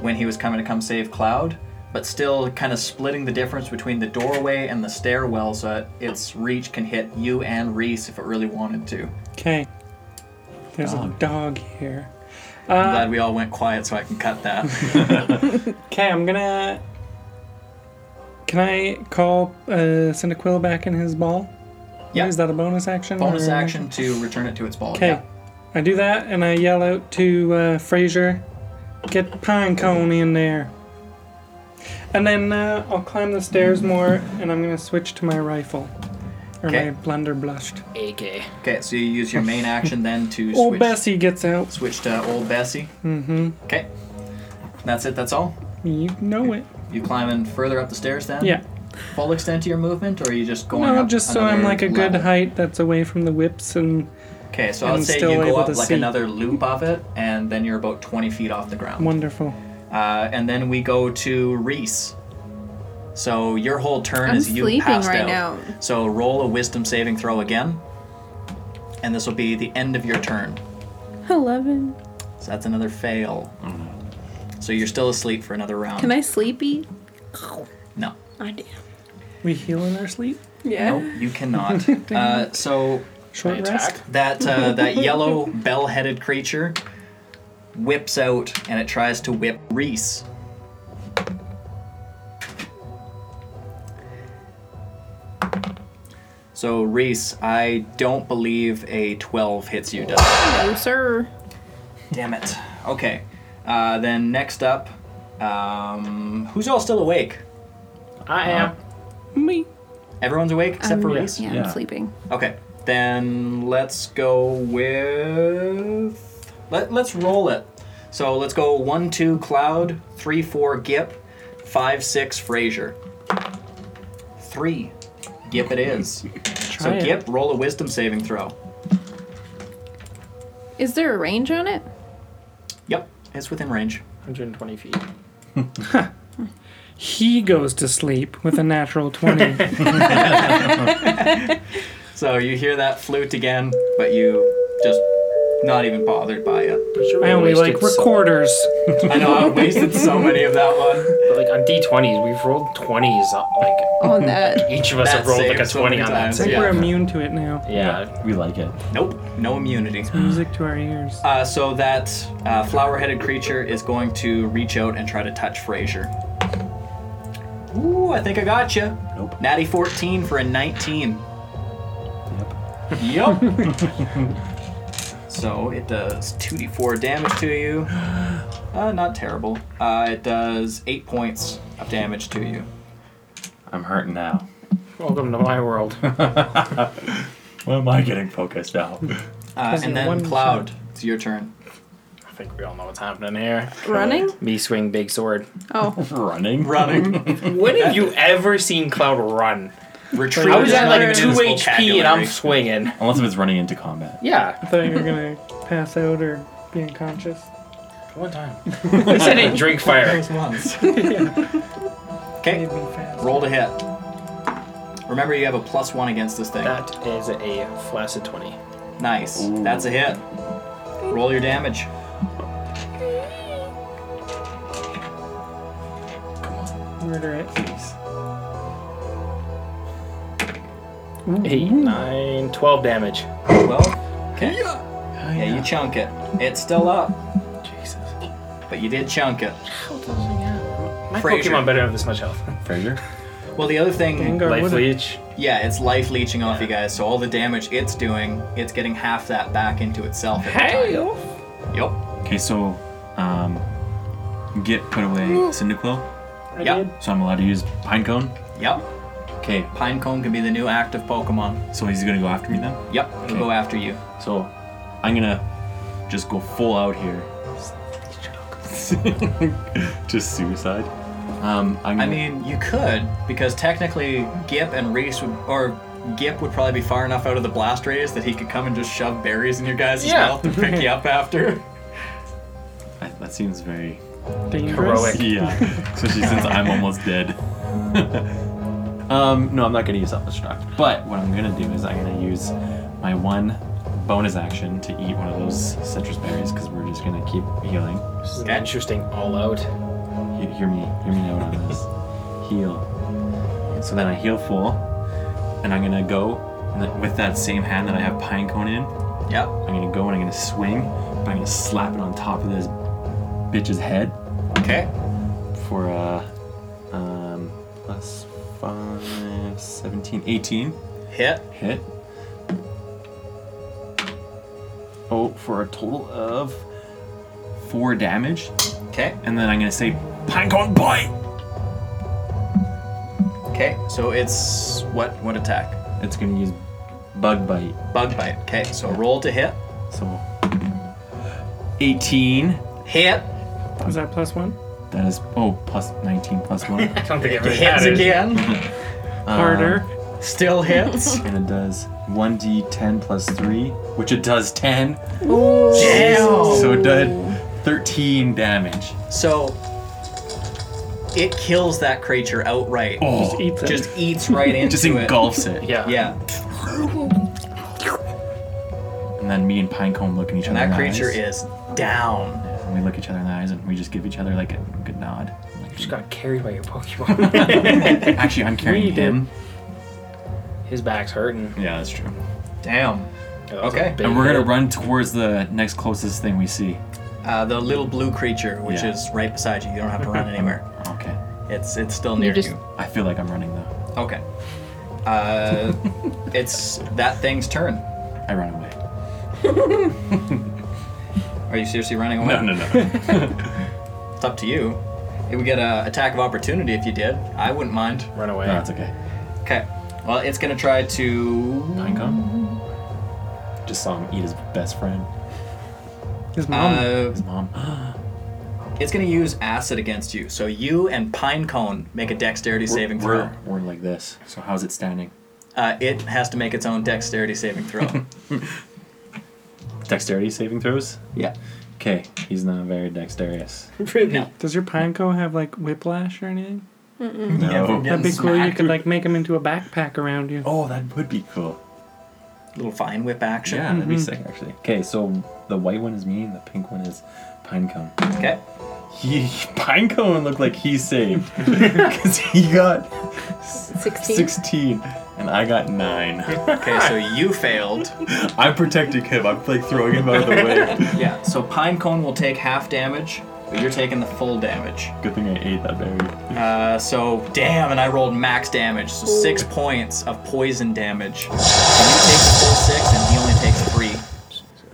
S1: when he was coming to come save Cloud, but still kind of splitting the difference between the doorway and the stairwell so that its reach can hit you and Reese if it really wanted to.
S5: Okay. There's
S2: Dog.
S5: a dog here.
S1: I'm
S5: Uh,
S1: glad we all went quiet so I can cut that.
S5: Okay, I'm gonna. Can I call uh, Cyndaquil back in his ball?
S1: Yeah.
S5: Is that a bonus action?
S1: Bonus
S5: or-
S1: action to return it to its ball.
S5: Okay.
S1: Yeah.
S5: I do that and I yell out to uh, Fraser, get the pine cone in there. And then uh, I'll climb the stairs more and I'm going to switch to my rifle. Or
S1: Okay.
S5: my blunderblushed.
S4: AK.
S1: Okay, so you use your main action then to
S5: Old
S1: switch,
S5: Bessie gets out.
S1: switch to old Bessie.
S5: Mm-hmm.
S1: Okay. That's it, that's all?
S5: You know it.
S1: You climbing further up the stairs then?
S5: Yeah.
S1: Full extent of your movement, or are you just going
S5: no,
S1: up
S5: just so I'm
S1: another
S5: like a good
S1: level?
S5: height that's away from the whips and
S1: Okay, so
S5: and
S1: I'll say
S5: still
S1: you go
S5: able
S1: up
S5: to
S1: like
S5: see.
S1: another loop of it, and then you're about 20 feet off the ground.
S5: wonderful.
S1: Uh, and then we go to Reese. So your whole turn
S3: I'm
S1: is you
S3: sleeping
S1: passed
S3: right
S1: out.
S3: now.
S1: So roll a wisdom saving throw again, and this will be the end of your turn.
S3: Eleven.
S1: So that's another fail. So you're still asleep for another round.
S3: Can I sleepy?
S1: No,
S3: I did.
S5: We heal in our sleep.
S3: Yeah.
S1: no, you cannot. uh, so
S5: Short
S4: Attack.
S5: rest.
S1: that uh, that yellow bell-headed creature whips out and it tries to whip Reese. So Reese, I don't believe a 12 hits you. Does it?
S3: No, sir.
S1: Damn it. Okay. Uh, then next up, um, who's all still awake?
S4: I am.
S5: Uh-huh. Me.
S1: Everyone's awake except for
S3: I'm-
S1: Reese.
S3: Um, Yeah,
S2: Yeah.
S3: I'm sleeping.
S1: Okay. Then let's go with. Let, let's roll it. So let's go 1 2 Cloud, 3 4 Gip, 5 6 Frazier. 3. Gip it is. so
S5: Try it.
S1: Gip, roll a wisdom saving throw.
S3: Is there a range on it?
S1: Yep, it's within range.
S4: 120 feet.
S5: He goes to sleep with a natural 20.
S1: So you hear that flute again, but you just not even bothered by it.
S4: Pretty sure we
S5: I only
S4: wasted
S5: like
S4: so-
S5: recorders.
S1: I know I wasted so many of that one.
S4: but, like on D20s, we've rolled 20s. uh, Like
S3: On that.
S4: each of us
S1: That
S4: have rolled like a
S1: saved so
S4: 20
S1: many
S4: on that.
S1: times,
S5: I
S4: save.
S5: think
S1: yeah.
S5: we're immune to it now.
S4: yeah.
S2: We like it.
S1: Nope, no immunity.
S5: Music to our ears.
S1: Uh, so that uh, flower-headed creature is going to reach out and try to touch Frazier. Ooh, I think I got you.
S2: Nope.
S1: Natty 14 for a 19.
S2: Yep.
S1: Yup. so it does 2d4 damage to you. Uh, not terrible. Uh, it does 8 points of damage to you.
S2: I'm hurting now.
S4: Welcome to my world.
S2: Why am I getting focused now?
S1: Uh,
S5: Does it
S1: and then
S5: one
S1: Cloud, it's your turn.
S4: I think we all know what's happening here.
S3: Running?
S4: Me swing big sword.
S3: Oh.
S2: Running.
S1: Running.
S4: When have you ever seen Cloud run?
S1: Retreat.
S4: I was at like
S1: Learn
S4: two
S1: his
S4: HP and I'm
S1: vocabulary.
S4: swinging.
S2: Unless if it's running into combat.
S5: I
S4: Yeah,
S5: thought you were going to pass out or be unconscious.
S4: one time. I said I drink fire.
S1: Okay,
S5: Made me fast.
S1: roll to hit. Remember, you have a plus one against this thing.
S4: That is a flaccid 20.
S1: nice. That's a hit. Roll your damage.
S5: Murder it.
S2: Please.
S4: 8, 9, 12 damage.
S1: Well, okay. Yeah,
S2: yeah.
S1: you chunk it. It's still up,
S4: Jesus.
S1: but you did chunk it.
S4: My
S1: Frazier.
S4: Pokemon better have this much health.
S2: Fraser.
S1: Well, the other thing,
S5: Gengar
S4: Life
S5: would've-
S4: Leech.
S1: yeah, it's life leeching off you guys, so all the damage it's doing, it's getting half that back into itself. Every time. Yep.
S2: Okay, so um, get put away Cyndaquil.
S5: I
S1: Yeah.
S5: did.
S2: So I'm allowed to use Pinecone.
S1: Yep.
S2: Okay,
S1: Pinecone can be the new active Pokemon.
S2: so he's gonna go after me then.
S1: Yep. It'll go after you.
S2: So I'm gonna just go full out here. just suicide. Um, I'm
S1: I mean, you could because technically Gip and Reese would, or Gip would probably be far enough out of the blast radius that he could come and just shove berries in your guys'
S4: Yeah.
S1: mouth and pick you up after.
S2: I- that seems very
S4: Heroic.
S5: Dangerous.
S2: yeah, especially since I'm almost dead. um, no, I'm not gonna use self-destruct. But what I'm gonna do is I'm gonna use my one bonus action to eat one of those citrus berries because we're just gonna keep healing.
S4: This is an
S1: Okay.
S4: interesting all out.
S2: He- hear me, hear me out on this. heal. And so then I heal full, and I'm gonna go and then with that same hand that I have pine cone in.
S1: Yep.
S2: I'm gonna go and I'm gonna swing, but I'm gonna slap it on top of this bitch's head
S1: Okay.
S2: for uh, um, plus 5, 17, 18
S1: Hit.
S2: hit. oh, for a total of four damage.
S1: Okay.
S2: And then I'm gonna say, Pinecone bite.
S1: Okay. So it's what? What attack?
S2: It's gonna use bug bite.
S1: Bug bite. Okay. So roll to hit.
S2: So 18.
S1: Hit.
S5: Is that plus one?
S2: That is oh plus 19 plus one.
S4: I don't think it really
S1: Hits
S4: matters.
S1: again. Uh,
S5: Harder.
S1: Still hits.
S2: and it does 1d10 plus three, which it does 10.
S1: Damn.
S2: So it did 13 damage.
S1: So it kills that creature outright.
S2: Oh,
S5: Eat them.
S1: Just eats right into
S2: just
S1: it.
S2: engulfs it.
S4: Yeah.
S1: Yeah.
S2: And then me and Pinecone look at each
S1: And
S2: other.
S1: that
S2: in the
S1: creature
S2: eyes.
S1: is down.
S2: And we look each other in the eyes and we just give each other like a good nod. Like,
S4: Just got carried by your Pokemon.
S2: Actually, I'm carrying
S5: We did.
S2: him.
S4: His back's hurting.
S2: Yeah, that's true.
S1: Damn.
S4: That was a
S1: Okay.
S4: big
S2: And we're gonna
S4: hit.
S2: run towards the next closest thing we see.
S1: Uh, the little blue creature, which
S2: Yeah.
S1: is right beside you. You don't have to run anywhere.
S2: Okay.
S1: It's it's still near you.
S3: just-
S2: I feel like I'm running though.
S1: Okay. Uh, it's that thing's turn.
S2: I run away.
S1: Are you seriously running away?
S2: No, no, no.
S1: It's up to you. It would get a attack of opportunity if you did. I wouldn't mind.
S4: Run away.
S2: No, it's okay.
S1: Okay. Well, it's gonna try to.
S2: Pinecone? Just saw him eat his best friend,
S5: His mom.
S1: Uh,
S2: his mom.
S1: it's gonna use acid against you. So you and Pinecone make a dexterity saving throw.
S2: we're, we're like this. So how's it standing?
S1: Uh, it has to make its own dexterity saving throw.
S2: Dexterity saving throws?
S1: yeah.
S2: Okay, he's not very dexterous.
S1: No.
S5: Does your Pineco have like whiplash or anything?
S1: No.
S5: That'd be cool. You could like make him into a backpack around you.
S2: Oh, that would be cool.
S1: Little vine whip action.
S2: Yeah, that'd be sick actually. Okay, so the white one is me and the pink one is Pinecone.
S1: Okay.
S2: He Pinecone looked like he saved because he got
S3: 16.
S2: 16 and I got nine.
S1: Okay. So you failed.
S2: I'm protecting him. I'm like throwing him out of the way.
S1: Yeah, so Pinecone will take half damage, but you're taking the full damage.
S2: Good thing I ate that berry.
S1: Uh, so, damn, and I rolled max damage, so six points of poison damage. And you take the full six, and he only takes three.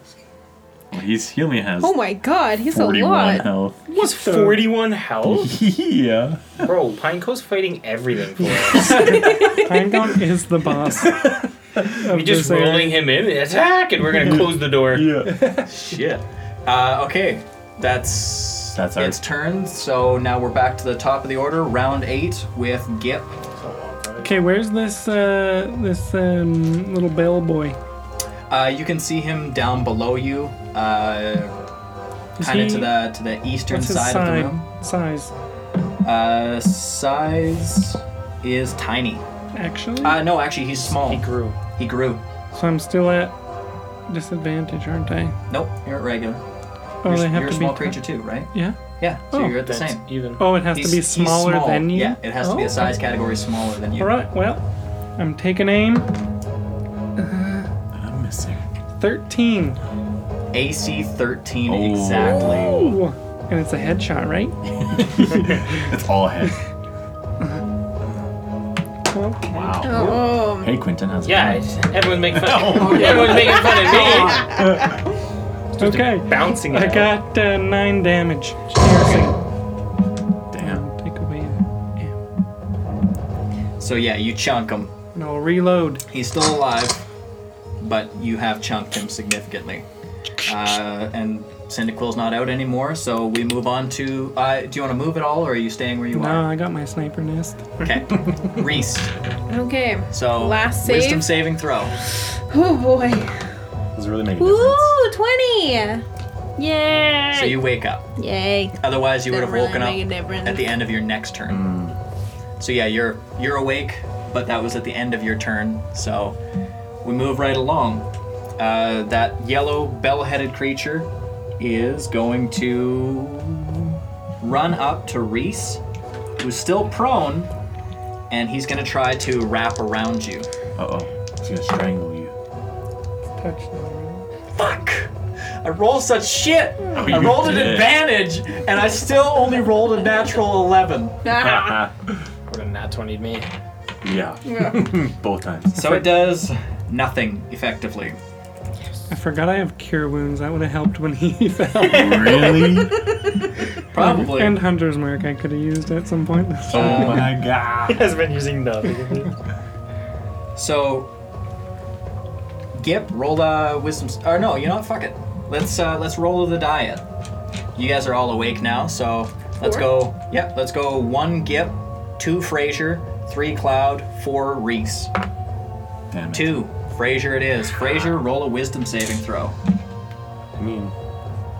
S2: Well, he's he only has
S3: Oh my god, he's a
S2: 41
S3: lot.
S2: health.
S4: What's 41 health?
S2: Oh, yeah.
S4: Bro, Pineco's fighting everything for us.
S5: Pinecone is the boss.
S4: we just
S5: this area.
S4: rolling him in, attack, and we're gonna close the door.
S2: Yeah.
S1: Shit. Uh, okay, that's
S2: That's our-
S1: its turn. So now we're back to the top of the order, round eight with Gip.
S5: Okay, where's this uh, this um, little bellboy?
S1: Uh, you can see him down below you, uh,
S5: Is
S1: kind of
S5: he-
S1: to the to the eastern
S5: what's his
S1: side, of the room.
S5: size?
S1: Uh, size is tiny.
S5: Actually,
S1: Uh, no, actually, he's small.
S4: He grew.
S1: He grew.
S5: so I'm still at disadvantage, aren't I?
S1: Nope, you're at regular.
S5: Oh,
S1: you're
S5: they have
S1: you're
S5: to
S1: a small
S5: be
S1: creature too, right?
S5: Yeah.
S1: Yeah, so
S5: Oh,
S1: you're at the
S4: That's
S1: same.
S4: even.
S5: Oh, it has to be
S1: he's
S5: smaller
S1: small.
S5: than you.
S1: Yeah, it has to be
S5: Oh.
S1: a size category smaller than you.
S5: All right. Well, I'm taking aim.
S2: I'm missing.
S5: Thirteen.
S1: AC 13
S2: Oh.
S1: exactly.
S5: Ooh. And it's a headshot, right?
S2: It's all head.
S5: Okay.
S2: Wow.
S3: Oh,
S2: Hey, Quentin, how's it
S4: Yeah,
S2: going?
S4: it's- everyone's making fun. Everyone's making fun of me.
S5: Okay.
S4: Bouncing.
S5: I
S4: out.
S5: got uh, nine damage.
S2: Damn.
S5: Take away. Yeah.
S1: So yeah, you chunk him.
S5: And I'll reload.
S1: He's still alive, but you have chunked him significantly. Uh, and Cyndaquil's not out anymore, so we move on to. Uh, do you want to move at all, or are you staying where you
S5: No,
S1: are?
S5: I got my sniper nest.
S1: Okay. Reese.
S3: okay.
S1: So
S3: Last save?
S1: wisdom saving throw.
S3: Oh boy.
S2: This is really making a difference.
S3: Ooh, 20! Yay!
S1: So you wake up.
S3: Yay.
S1: Otherwise, you would
S3: Didn't
S1: have
S3: really
S1: woken
S3: make a
S1: up
S3: difference.
S1: at the end of your next turn. So yeah, you're you're awake, but that was at the end of your turn. So we move right along. Uh, that yellow bell-headed creature is going to run up to Reese, who's still prone, and he's going to try to wrap around you.
S2: Uh oh. He's gonna strangle you.
S5: Touchdown.
S1: Fuck! I rolled such shit. I
S2: Oh, you
S1: rolled an
S2: did.
S1: advantage, and I still only rolled a natural eleven.
S3: Ah.
S4: What a nat 20 to me.
S2: yeah.
S3: Yeah.
S2: Both times.
S1: So it does nothing effectively.
S5: I forgot I have cure wounds. That would have helped when he fell.
S2: Really?
S1: Probably.
S5: And Hunter's Mark I could have used at some point.
S2: oh my god.
S4: has been using nothing.
S1: So, Gip, roll uh, wisdom. s- Or no, you know what? Fuck it. Let's uh, let's roll the diet. You guys are all awake now, so let's
S3: Four?
S1: go. Yep, let's go. One Gip, two Frazier, three Cloud, four Reese.
S2: Damn it.
S1: Two Frazier. It is Frazier. Roll a wisdom saving throw.
S2: I mean,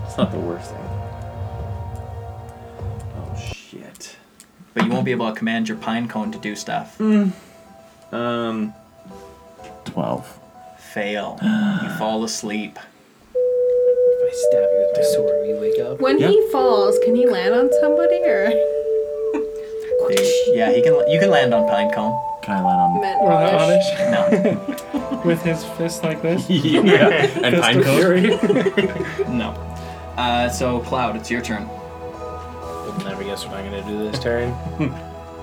S2: it's not the worst thing. Oh shit.
S1: But you won't be able to command your pine cone to do stuff.
S2: Um, twelve.
S1: Fail. You fall asleep.
S4: If I stab you with my sword, will you wake up?
S3: When
S2: Yeah.
S3: he falls, can he land on somebody or?
S1: They- yeah, he can. You can land on pine cone.
S2: Can I land on?
S3: Meant
S5: Or the
S3: Oddish.
S5: Oddish
S1: No,
S5: with his fist like this.
S2: yeah. And
S5: Fist
S2: pine
S5: of
S2: cone.
S5: fury.
S1: no. Uh, so Cloud, it's your turn.
S4: You'll never guess what I'm gonna do this turn.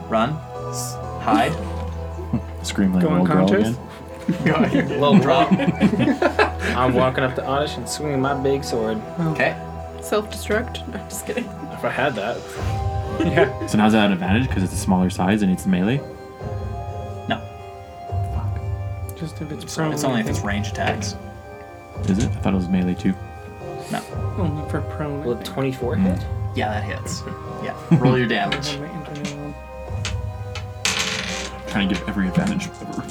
S1: Run. S- Hide.
S2: Scream like
S5: Go
S2: a little girl
S5: unconscious?
S2: again.
S1: Low drop.
S4: I'm walking up to Oddish and swinging my big sword.
S1: Okay.
S3: Self-destruct. No, I'm just kidding.
S4: If I had that,
S5: yeah.
S2: So now's that an advantage because it's a smaller size and it's melee.
S1: No.
S5: Just if it's
S1: It's,
S5: prone.
S1: it's only
S5: I
S1: if it's
S5: think.
S1: range attacks.
S2: Is it? I thought it was melee too.
S5: Only for prone. I
S4: will a
S5: think.
S4: 24 hit?
S1: Yeah, that hits. Yeah. Roll your damage.
S5: On the internet one.
S2: Trying to give every advantage. Ever.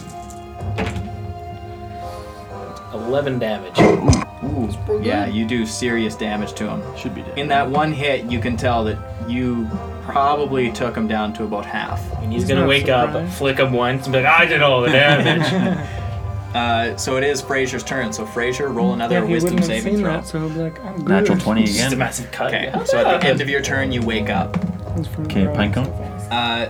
S4: 11 damage.
S1: Ooh. Yeah, you do serious damage to him.
S2: Should be dead.
S1: In that one hit, you can tell that you probably took him down to about half.
S4: And he's,
S5: He's
S4: gonna
S5: not
S4: wake up,
S5: surprised.
S4: flick him once, and be like, I did all the damage.
S1: Uh, so it is Frazier's turn. So Frazier, roll another
S5: Yeah, he
S1: wisdom
S5: wouldn't have
S1: saving
S5: seen
S1: throw.
S5: that, so he'll be like, I'm good.
S2: Natural twenty
S4: Just a
S2: again.
S4: massive cut.
S1: Okay. So at the end of your turn, you wake up.
S5: It's from
S2: Okay,
S5: the
S2: pine
S5: Oddish.
S2: cone.
S1: Uh,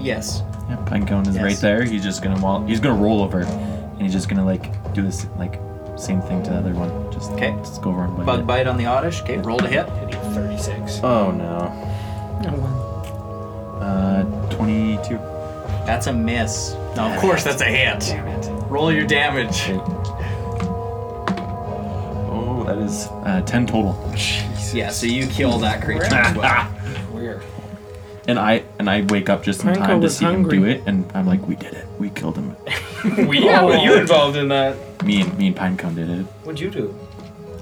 S1: yes.
S2: Yeah, pine cone is
S1: Yes.
S2: right there. He's just gonna wall. He's gonna roll over, and he's just gonna like do this like same thing to the other one. Just
S1: 'Kay.
S2: Just go over and bite
S1: Bug
S2: it.
S1: bite on the Oddish. Okay, roll to hit.
S4: Hitting 36.
S2: Oh no.
S5: Oh, wow.
S2: Uh, twenty-two.
S1: That's a miss. No, of course that's a hit.
S2: Damn it.
S1: Roll your damage.
S2: Okay. Oh, that is uh, 10 total.
S1: Yeah, so you kill that creature as well.
S4: Where?
S2: And I and I wake up just in
S5: Franco
S2: time to
S5: was
S2: see
S5: hungry.
S2: him do it, and I'm like, we did it. We killed him.
S4: We, yeah, were you involved in that?
S2: me and me and Pinecone did it.
S4: What'd you do?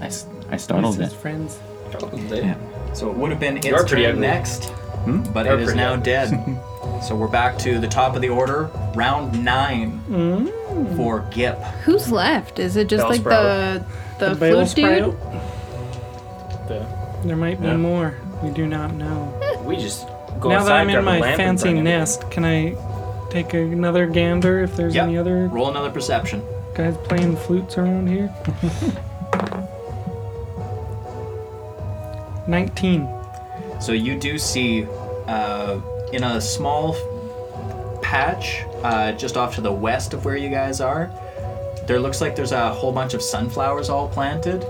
S2: I, s- I startled
S5: This
S2: it.
S5: is friends.
S4: Probably.
S2: Yeah.
S1: So it would have been its
S4: are pretty
S1: turn
S4: ugly.
S1: next,
S2: Hmm?
S1: but
S4: You are
S1: it is
S4: pretty
S1: now
S4: ugly.
S1: dead. so we're back to the top of the order, round nine
S5: Mm.
S1: for Gip.
S3: Who's left? Is it just
S4: Bell
S3: like the the,
S5: Bale
S3: flute dude?
S5: sprout?
S4: The-
S5: There might be
S2: Yeah.
S5: more. We do not know.
S4: we just go
S5: now
S4: outside,
S5: that I'm in
S4: grab a
S5: my
S4: lamp, and
S5: fancy
S4: bring him.
S5: nest, can I take another gander if there's
S1: Yep.
S5: any other
S1: Roll another perception.
S5: guys playing flutes around here? 19.
S1: So you do see uh, in a small f- patch uh, just off to the west of where you guys are. There looks like there's a whole bunch of sunflowers all planted,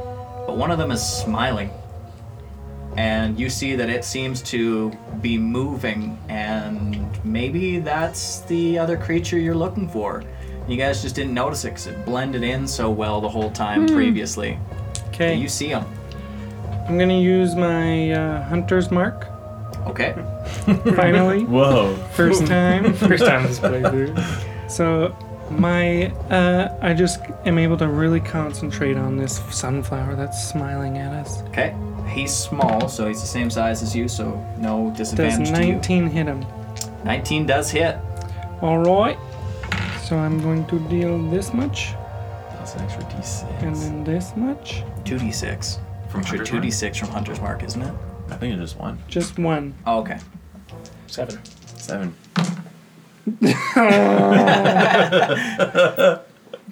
S1: but one of them is smiling. And you see that it seems to be moving, and maybe that's the other creature you're looking for. You guys just didn't notice it because it blended in so well the whole time previously.
S5: Okay.
S1: You see him.
S5: I'm gonna use my uh, hunter's mark.
S1: Okay.
S5: Finally,
S2: Whoa.
S5: first time.
S4: First time this playthrough.
S5: So my uh, I just am able to really concentrate on this sunflower that's smiling at us.
S1: Okay. He's small, so he's the same size as you, so no
S5: Does
S1: disadvantage to
S5: 19 hit him?
S1: you. 19 does hit.
S5: All right. So I'm going to deal this much
S2: That's an extra
S5: and
S2: d6.
S5: then this much.
S1: 2d6.
S2: From
S1: It's your
S2: Hunter's Mark?
S1: 2d6 from Hunter's Mark, isn't it?
S2: I think it just one.
S5: Just one.
S1: Oh, okay.
S4: Seven.
S2: Seven.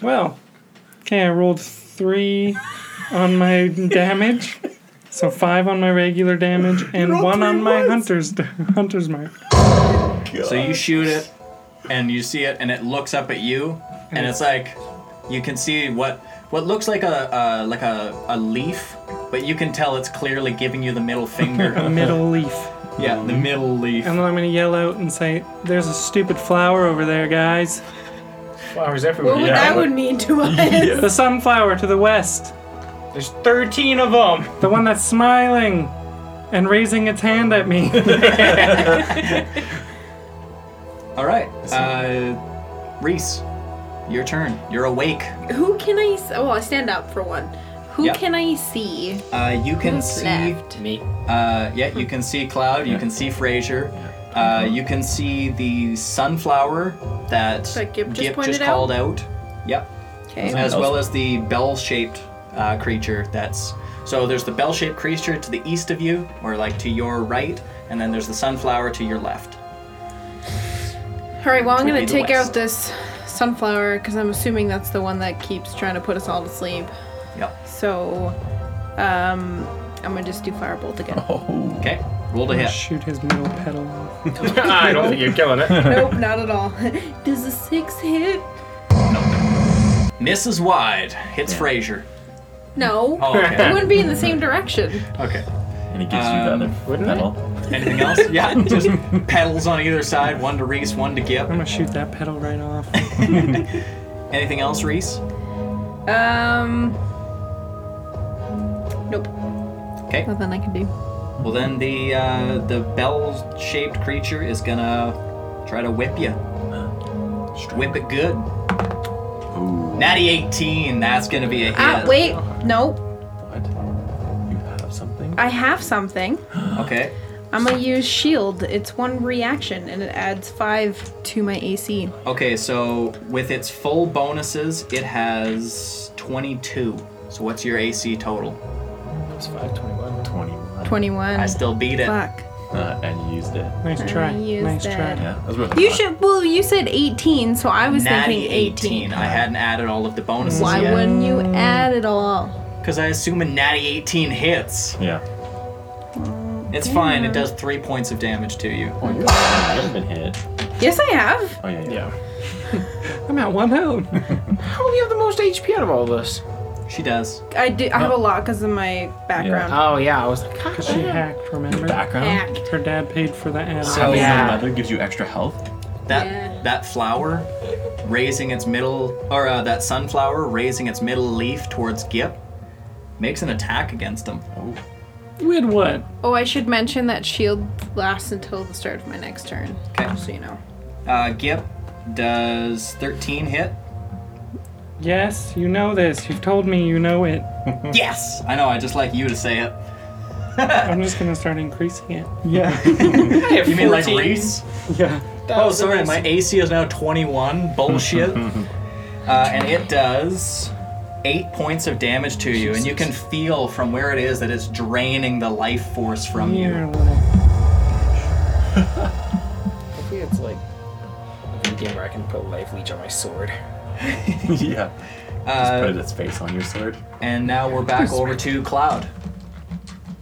S5: Well, okay. I rolled three on my damage. So five on my regular damage and one on my hunter's hunter's mark.
S1: So you shoot it, and you see it, and it looks up at you, and it's like you can see what what looks like a, a like a, a leaf, but you can tell it's clearly giving you the middle
S5: A
S1: finger.
S5: middle leaf.
S1: yeah, the middle leaf.
S5: And then I'm gonna yell out and say, "There's a stupid flower over there, guys."
S4: Flowers everywhere.
S3: What would
S2: Yeah.
S3: that would mean to us?
S5: The sunflower to the west.
S4: There's 13 of them.
S5: The one that's smiling and raising its hand at me.
S1: All right, uh, Reese, your turn. You're awake.
S3: Who can I? s- Oh, I stand up for one. Who
S1: Yeah.
S3: can I see?
S1: Uh, you can
S3: Who's
S1: see.
S3: left?
S4: Me.
S1: Uh, yeah, you can see Cloud. You can see Frazier. Uh, you can see the sunflower that,
S3: That Gip just pointed out?
S1: called out. Yep.
S3: Okay.
S1: As well as the bell-shaped uh, creature. That's so. There's the bell-shaped creature to the east of you, or like to your right, and then there's the sunflower to your left.
S3: All right. Well, I'm
S1: would
S3: gonna
S1: be the
S3: take
S1: west.
S3: out this sunflower because I'm assuming that's the one that keeps trying to put us all to sleep.
S1: Yep.
S3: So, um, I'm gonna just do firebolt again.
S2: Oh.
S1: Okay. Roll to hit.
S5: Shoot his middle petal off.
S4: I don't think you're killing it.
S3: nope, not at all. Does a six hit?
S1: Misses wide. Hits Frazier.
S3: No.
S1: Oh,
S3: It
S1: okay.
S3: wouldn't be in the same direction.
S1: okay.
S2: And he gives
S1: Um,
S2: you the other
S4: wouldn't it?
S2: medal.
S1: Anything else? Yeah, just pedals on either side, one to Reese, one to Gip.
S5: I'm gonna shoot that petal right off.
S1: Anything else, Reese?
S3: Um. Nope.
S1: Okay.
S3: Nothing I can do.
S1: Well, then the uh, the bell-shaped creature is gonna try to whip you. Whip it good.
S2: Ooh.
S1: Natty 18. That's gonna be a hit.
S3: Ah, wait. Nope.
S2: What? You have something?
S3: I have something.
S1: Okay.
S3: I'm gonna use shield. It's one reaction and it adds five to my AC.
S1: Okay. So with its full bonuses, it has 22. So what's your AC total?
S4: It's 521.
S2: 21.
S3: 21.
S1: I still beat it.
S3: Fuck.
S2: Uh, and you used it.
S5: Nice try.
S3: use
S5: Nice
S3: that.
S5: try.
S2: Yeah. That was worth
S3: You should. Well, you said 18, so I was
S1: Natty
S3: thinking 18.
S1: 18. I hadn't added all of the bonuses
S3: Why
S1: yet.
S3: wouldn't you add it all?
S1: Because I assume a natty 18 hits.
S2: Yeah.
S1: It's fine. It does three points of damage to you.
S2: Oh, you haven't been hit.
S3: Yes, I have.
S2: Oh, yeah, yeah.
S4: Yeah.
S5: I'm at one out.
S4: How do you have the most HP out of all of us?
S1: She does.
S3: I do. I have a lot because of my background.
S4: Oh, yeah. I was like, God,
S5: She hacked, remember?
S2: Um, Background? Oh,
S3: Act.
S5: Her dad paid for the ad.
S1: So
S4: Yeah.
S2: The leather gives you extra health.
S1: that
S3: Yeah.
S1: that flower raising its middle, or uh, that sunflower raising its middle leaf towards Gip, makes an attack against him.
S2: Oh.
S5: With what?
S3: Oh, I should mention that shield lasts until the start of my next turn.
S1: Okay.
S3: So you know.
S1: Uh, Gip does 13 hit.
S5: Yes, you know this. You've told me you know it.
S1: Hmm. Yes. I know. I just like you to say it.
S5: I'm just gonna start increasing it. Yeah.
S4: I have
S1: You mean like
S4: 14.
S1: Reese?
S5: yeah.
S1: Oh, sorry. My AC is now 21. Bullshit. uh, and it does eight points of damage to you, and you can feel from where it is that it's draining the life force from you.
S5: You're a little.
S4: Hopefully it's like a video game where I can put Life Leech on my sword.
S2: yeah. Just
S1: Uh,
S2: put its face on your sword.
S1: And now we're back over to Cloud.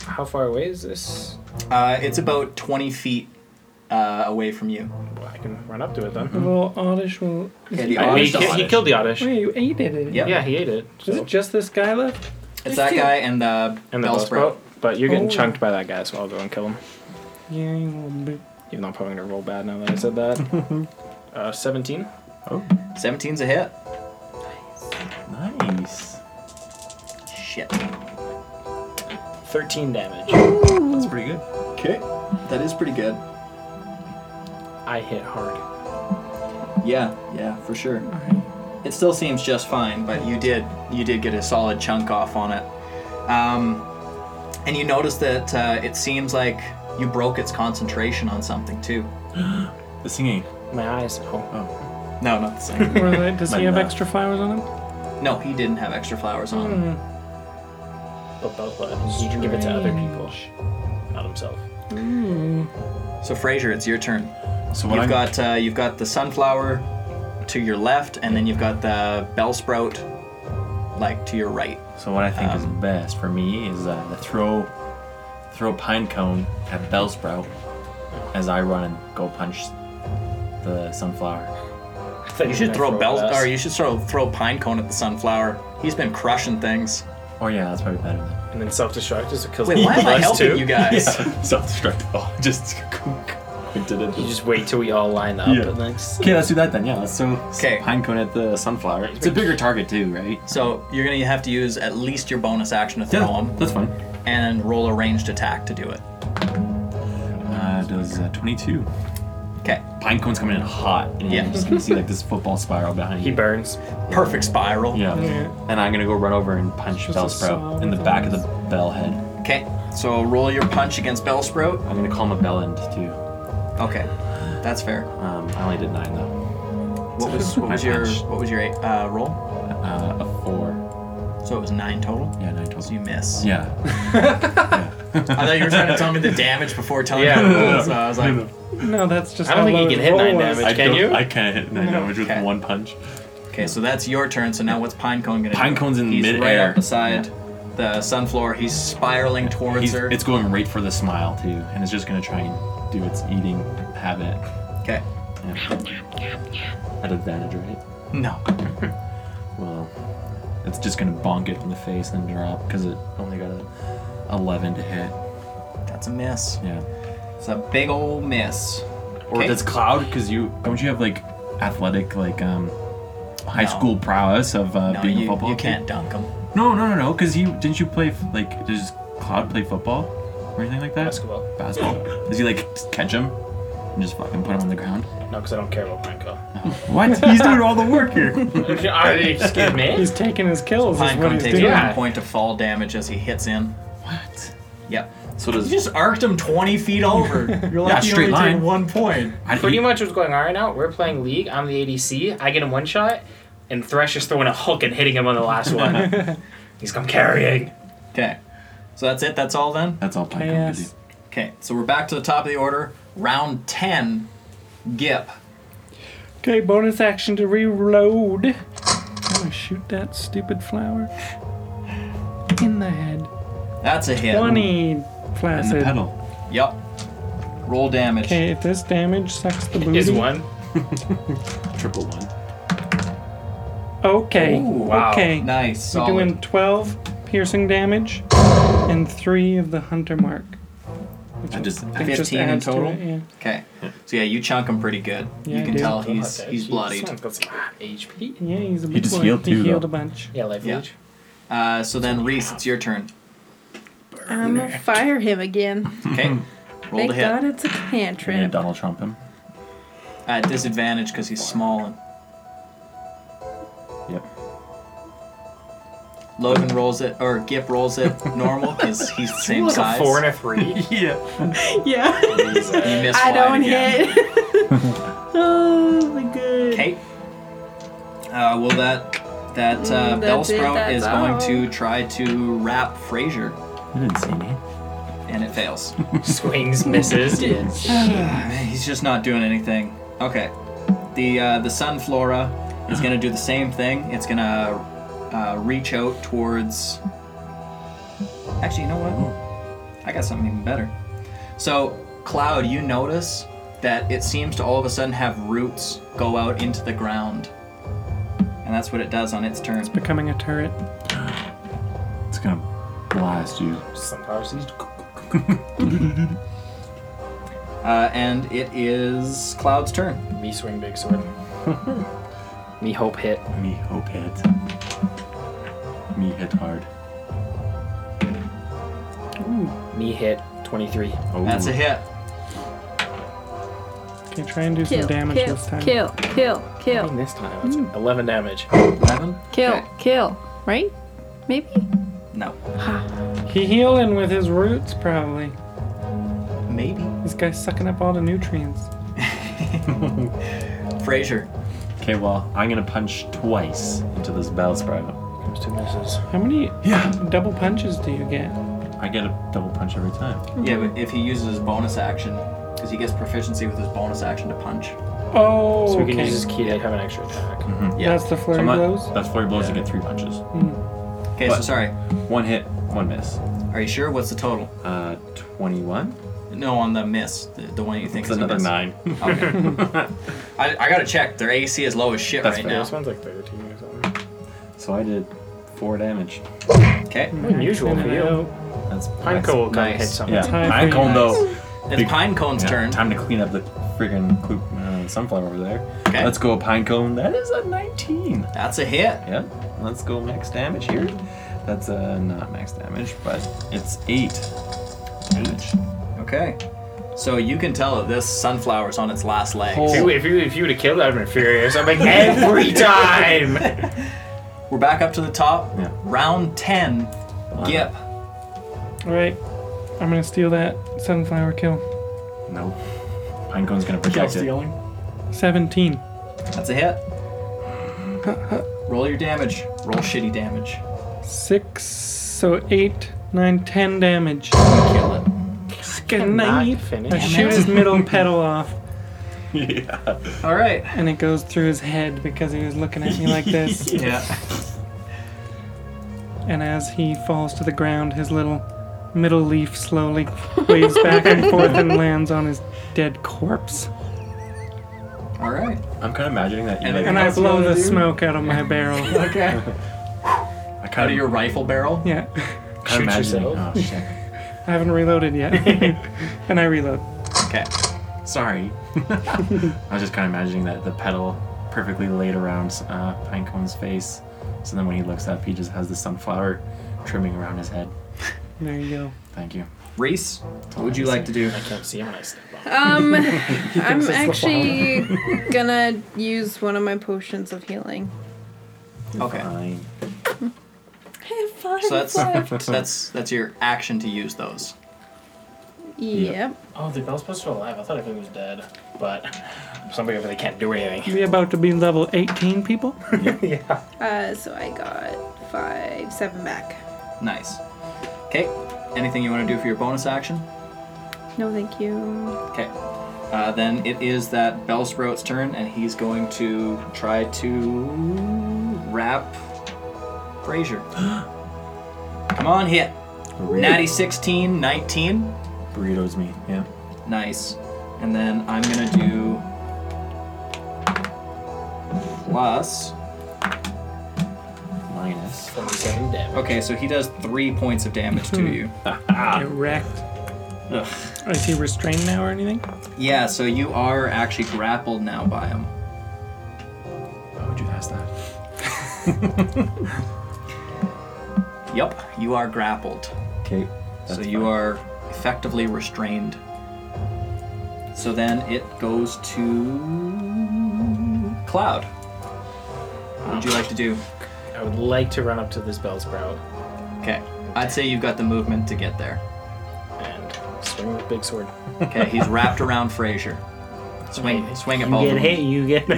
S4: How far away is this?
S1: Uh, it's about 20 feet uh, away from you.
S4: Well, I can run up to it then.
S5: The little oddish will.
S4: I- he,
S2: Oddish
S4: ki- he
S2: Oddish.
S4: killed the Oddish.
S5: Wait, you ate it.
S1: Yep.
S4: Yeah, he ate it.
S5: Is
S4: so-
S5: it just this guy left?
S1: It's that guy and the,
S4: and the
S1: bell
S4: bell
S1: sprout.
S4: sprout, But you're getting
S5: Oh.
S4: chunked by that guy, so I'll go and kill him.
S5: Yeah, you little bit.
S4: Even though I'm probably gonna roll bad now that I said that. uh, 17.
S2: Oh,
S1: 17's a hit.
S2: nice.
S1: Shit.
S4: 13 damage.
S2: That's pretty good.
S1: Okay. That is pretty good.
S4: I hit hard.
S1: Yeah, yeah, for sure. It still seems just fine, but you did you did get a solid chunk off on it. Um, and you notice that uh, it seems like you broke its concentration on something too.
S2: The singing.
S4: My eyes. Oh.
S2: Oh.
S1: No, not the same.
S5: Or the- does
S2: Might
S5: he have
S2: not.
S5: extra flowers on him?
S1: no, he didn't have extra flowers on. him.
S4: But, but, but you can give it to other people, not himself. Hmm.
S1: So Fraser, it's your turn.
S2: So what
S1: you've
S2: I'm
S1: got uh, you've got the sunflower to your left, and then you've got the bell sprout like to your right.
S2: so what I think is best for me is uh, to throw throw pine cone at Bellsprout as I run and go punch the sunflower.
S4: I thought
S1: You
S4: were
S1: should
S4: gonna
S1: throw bell
S4: at us.
S1: or you should throw throw pine cone at the sunflower. He's been crushing things.
S2: Oh yeah, that's probably better. Than
S4: and then self-destruct just because
S1: Wait, why am I
S4: plus
S1: helping
S4: two.
S1: you guys?
S2: Self-destruct. Oh, just pointed at
S4: You
S2: the.
S4: just wait till we all line up
S2: Yeah.
S4: and then just-
S2: Okay, let's do that then. Yeah, let's throw s-
S1: 'Kay.
S2: pinecone at the sunflower. It's a bigger target too, right?
S1: So you're gonna have to use at least your bonus action to throw them,
S2: that's fine.
S1: and roll a ranged attack to do it.
S2: Uh, does uh, 22.
S1: Okay.
S2: Pinecone's coming in hot, and
S1: Yeah.
S2: you just can see like this football spiral behind
S4: He
S2: you.
S4: burns.
S1: Perfect spiral.
S2: Yeah.
S5: Yeah.
S2: And I'm gonna go run over and punch
S5: Just a
S2: Bellsprout
S5: solid
S2: in the back of the bell head.
S1: Okay. So roll your punch against Bellsprout.
S2: I'm gonna call him a bell end too.
S1: Okay. That's fair.
S2: Um, I only did nine though.
S1: What was what
S2: My
S1: was your
S2: punch.
S1: what was your uh, roll?
S2: Uh, a four.
S1: So it was nine total.
S2: Yeah, nine total.
S1: So you miss.
S2: Yeah.
S1: I thought you were trying to tell me the damage before telling
S4: Yeah.
S1: me the roll. So I was like,
S5: No, that's just.
S4: I don't
S5: how
S4: think you
S5: low
S4: can
S5: his
S4: hit
S5: roll
S4: nine
S5: was.
S4: damage. Can
S2: don't-
S4: you?
S2: I can't hit nine damage with
S1: Okay.
S2: one punch.
S1: okay, so that's your turn. So now what's Pinecone gonna do?
S2: Pinecone's in
S1: He's
S2: midair.
S1: right up beside the sunflower. He's spiraling towards
S2: He's,
S1: her.
S2: it's going right for the smile too, and it's just gonna try and do its eating habit.
S1: okay.
S2: Yeah. At advantage, right?
S1: No.
S2: Well, it's just gonna bonk it in the face and drop because it only got a 11 to hit.
S1: That's a miss.
S2: Yeah.
S1: It's a big old miss.
S2: Or
S1: Okay.
S2: does Cloud? Because you don't you have like athletic like um high
S1: No.
S2: school prowess of uh,
S1: No,
S2: being
S1: you,
S2: a football?
S1: you
S2: kid?
S1: can't dunk him.
S2: No, no, no, no. Because you didn't you play f- like does Cloud play football or anything like that?
S4: Basketball.
S2: Basketball. Does he like just catch him and just fucking put him on the ground?
S4: No, because I don't care about Pineco.
S2: What? He's doing all the work here.
S4: Excuse me?
S5: He's taking his kills. is what
S1: Pinecone
S5: he's
S1: takes
S5: doing.
S4: Yeah.
S1: one point of fall damage as he hits in.
S2: What?
S1: Yep.
S2: So
S1: You
S2: does
S1: just arced him 20 feet over. You're like, you
S2: straight
S1: only
S2: line.
S1: take one point.
S2: I,
S4: Pretty much what's going on right now, we're playing League. I'm the ADC. I get him one shot, and Thresh is throwing a hook and hitting him on the last one. He's come carrying.
S1: Okay. So that's it? That's all then?
S2: That's all Pycon can do.
S5: Yes.
S1: Okay. So we're back to the top of the order. Round 10, Gip.
S5: Okay, bonus action to reload. I'm gonna shoot that stupid flower in the head.
S1: That's a hit.
S5: Twenty
S2: And the
S5: flaccid.
S2: pedal.
S1: Yep. Roll damage.
S5: Okay, if this damage sucks the booty.
S4: Is one.
S2: Triple one.
S5: Okay.
S1: Ooh,
S4: wow.
S5: Okay.
S1: Nice.
S5: We're
S1: Solid.
S5: doing 12 piercing damage and 3 of the hunter mark. Which
S2: I just-
S5: I think
S1: 15 in
S5: adds to
S1: total?
S5: it, yeah.
S1: Okay. So yeah, you chunk him pretty good.
S5: Yeah,
S1: you
S5: I
S1: can
S5: do.
S1: tell he's he's bloodied.
S4: Got some HP.
S5: Yeah, he's a big
S2: just
S5: boy.
S2: healed
S5: He
S2: too,
S5: healed
S2: though.
S5: a bunch.
S4: Yeah, life
S1: Yeah.
S4: leech.
S1: Uh, so then Reese, it's your turn.
S3: I'm gonna fire him again.
S1: Okay. Roll
S3: Thank
S1: to hit.
S3: God it's a
S2: We're gonna
S3: cantrip.
S2: Donald Trump him.
S1: At disadvantage because he's small. And
S2: Yep.
S1: Logan rolls it, or Gip rolls it normal because he's the same
S4: Like
S1: size.
S4: a four and a three.
S2: Yeah.
S3: Yeah.
S1: You miss
S3: I
S1: wide
S3: don't
S1: again.
S3: hit. oh my good.
S1: Okay. Uh, well, that that uh,
S3: Mm,
S1: bell
S3: that's it,
S1: sprout
S3: that's
S1: is going
S3: all.
S1: to try to wrap Fraser,
S2: You didn't see me.
S1: and it fails.
S4: Swings, misses.
S1: He's just not doing anything. Okay. The uh, the sunflora is going to do the same thing. It's going to uh, reach out towards. Actually, you know what? I got something even better. So, Cloud, you notice that it seems to all of a sudden have roots go out into the ground. And that's what it does on its turn.
S5: Becoming a turret.
S2: It's gonna blast you.
S4: Some power seized.
S1: Uh, and it is Cloud's turn.
S4: Me swing big sword. Me hope hit.
S2: Me hope hit. Me hit hard.
S4: Me hit 23.
S2: Oh.
S1: That's a hit.
S5: Okay, try and do some
S6: Kill,
S5: damage
S6: kill,
S5: this time.
S6: kill, kill,
S4: I mean,
S6: kill,
S4: this time it's
S5: Hmm.
S4: 11 damage.
S1: 11?
S6: kill,
S1: Okay.
S6: kill. Right? Maybe?
S1: No.
S5: He healing with his roots, probably.
S1: Maybe.
S5: This guy's sucking up all the nutrients.
S1: Fraser.
S2: Okay, well, I'm gonna punch twice into this bell sprout.
S4: Comes two misses.
S5: How many
S2: Yeah.
S5: double punches do you get?
S2: I get a double punch every time.
S1: Yeah, but if he uses his bonus action, because he gets proficiency with his bonus action to punch.
S5: Oh,
S4: So we
S5: okay.
S4: can use his key to have an extra attack.
S1: Yeah.
S5: That's the flurry
S2: I'm
S5: blows.
S2: not, that's flurry blows. I get three punches.
S1: Okay, so
S2: But-
S1: sorry.
S2: One hit, one miss.
S1: Are you sure? What's the total?
S2: Uh, twenty-one.
S1: No, on the miss, the, the one you think
S2: It's
S1: is a
S2: another
S1: miss.
S2: nine.
S1: Okay. I, I gotta check. Their AC is low as shit
S2: That's
S1: right
S2: fair.
S1: now.
S4: This one's like 13 or something.
S2: so I did four damage.
S1: Okay.
S4: Unusual for you.
S5: Hello.
S2: That's
S4: Pineco will come
S1: Nice.
S4: hit something.
S2: Yeah,
S5: Time for
S2: Pinecone
S5: you.
S2: though
S1: It's Pinecone's
S2: Mm. Yeah,
S1: turn.
S2: Time to clean up the friggin' clu- uh, sunflower over there.
S1: Okay.
S2: Let's go pinecone. That is a 19.
S1: That's a hit.
S2: Yep. Let's go max damage here. That's uh, not max damage, but it's 8 damage.
S1: Okay. So you can tell that this sunflower's on its last legs.
S2: Holy-
S4: If you, if you, if you would have killed, I'd have been furious. I'm like, every time!
S1: We're back up to the top.
S2: Yeah.
S1: Round 10. Gip.
S5: Alright. I'm gonna steal that sunflower kill.
S2: Nope. Pinecone's gonna protect it.
S5: 17.
S1: That's a hit. Roll your damage. Roll shitty damage.
S5: 6, so 8, 9, 10 damage.
S1: Kill it.
S5: Good
S4: Cannot
S5: night.
S4: finish.
S5: I shoot his middle pedal off,
S2: yeah.
S1: All right.
S5: and it goes through his head because he was looking at me like this.
S1: Yeah.
S5: And as he falls to the ground, his little middle leaf slowly waves back and forth and lands on his dead corpse.
S1: All right.
S2: I'm kind of imagining that. You
S1: And
S2: like,
S1: then-
S5: And I
S1: That's
S5: blow
S1: what I
S5: the
S1: do.
S5: smoke out of my barrel.
S1: Okay.
S2: I
S1: Out
S2: kind
S1: of your rifle barrel.
S5: Yeah,
S2: kind of
S4: Shoot
S2: imagining.
S4: yourself.
S2: Oh shit.
S5: I haven't reloaded yet. and I reload.
S1: Okay.
S2: Sorry. I was just kind of imagining that the petal perfectly laid around uh, Pinecone's face. So then when he looks up, he just has the sunflower trimming around his head.
S5: There you go.
S2: Thank you.
S1: Reese, what would you like to do?
S4: I can't see him when I step up.
S3: Um, I'm actually gonna use one of my potions of healing.
S1: Okay.
S2: Fine.
S3: Five
S1: So that's that's that's your action to use those.
S3: Yep.
S4: Oh, the bell's supposed to alive. I thought everything was dead. But somebody over there can't do anything.
S5: We about to be level 18, people?
S4: yeah.
S3: Uh, so I got five, seven back.
S1: Nice. Okay. Anything you want to do for your bonus action?
S3: No, thank you.
S1: Okay. Uh, then it is that Bellsprout's turn, and he's going to try to wrap Frazier. Come on, hit. Natty 16, 19.
S2: Burritos me. Yeah.
S1: Nice. And then I'm going to do plus.
S2: Minus.
S4: 27 damage.
S1: Okay, so he does three points of damage to you.
S5: Get wrecked.
S1: Ah. Ugh.
S5: Is he restrained now or anything?
S1: Yeah, so you are actually grappled now by him.
S2: Why would you ask that?
S1: Yup, you are grappled.
S2: Okay.
S1: so you are effectively restrained. So then it goes to Cloud. What would you like to do?
S4: I would like to run up to this bell sprout
S1: Okay, I'd say you've got the movement to get there.
S4: and swing with big sword.
S1: Okay, he's wrapped around Frazier. Swing, swing at both. of them.
S4: You get.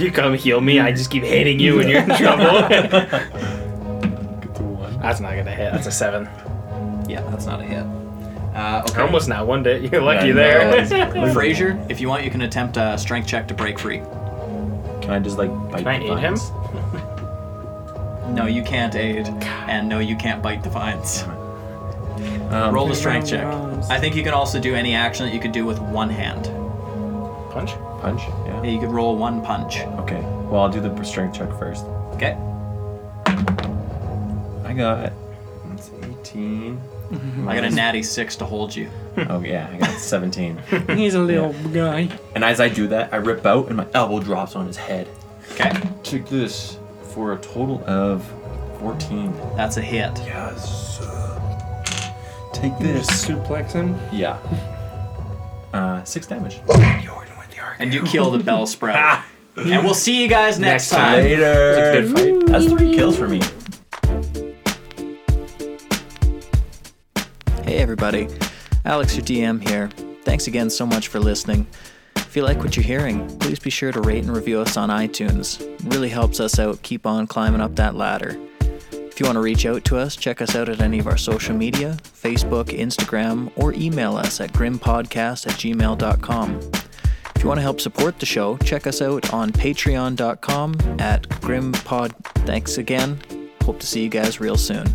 S4: you come heal me. I just keep hitting you when you're in trouble.
S2: Get to one.
S4: that's not gonna hit. That's a seven.
S1: Yeah, that's not a hit. Uh, okay.
S4: Almost not one day. You're lucky
S2: Yeah,
S4: there.
S2: no.
S1: Frazier, if you want, you can attempt a strength check to break free.
S2: Can I just like bite
S4: Can I
S2: the
S4: aid him?
S2: vines?
S1: No, you can't aid, and no, you can't bite the vines.
S2: Um,
S1: Roll
S5: Three
S1: a strength check.
S5: round rounds.
S1: I think you can also do any action that you could do with one hand.
S4: Punch.
S2: punch. Yeah.
S1: Yeah, you could roll one punch.
S2: Okay. Well, I'll do the strength check first.
S1: Okay.
S2: I got. That's 18.
S1: I got a natty six to hold you.
S2: Oh yeah, I got 17.
S5: He's a little guy.
S2: and as I do that, I rip out, and my elbow drops on his head.
S1: Okay.
S2: Check this for a total of 14.
S1: That's a hit.
S2: Yes. Take this.
S5: Just suplex him.
S2: Yeah. Uh, six damage.
S1: And you kill the bell sprout. and we'll see you guys next, time.
S2: Later.
S4: That's a good fight.
S2: That's three kills for me.
S1: Hey everybody, Alex your DM here. Thanks again so much for listening. If you like what you're hearing, please be sure to rate and review us on iTunes. It really helps us out keep on climbing up that ladder. If you want to reach out to us, check us out at any of our social media Facebook, Instagram, or email us at grimpodcast at gmail.com. If you want to help support the show, check us out on patreon.com at grimpod. Thanks again. Hope to see you guys real soon.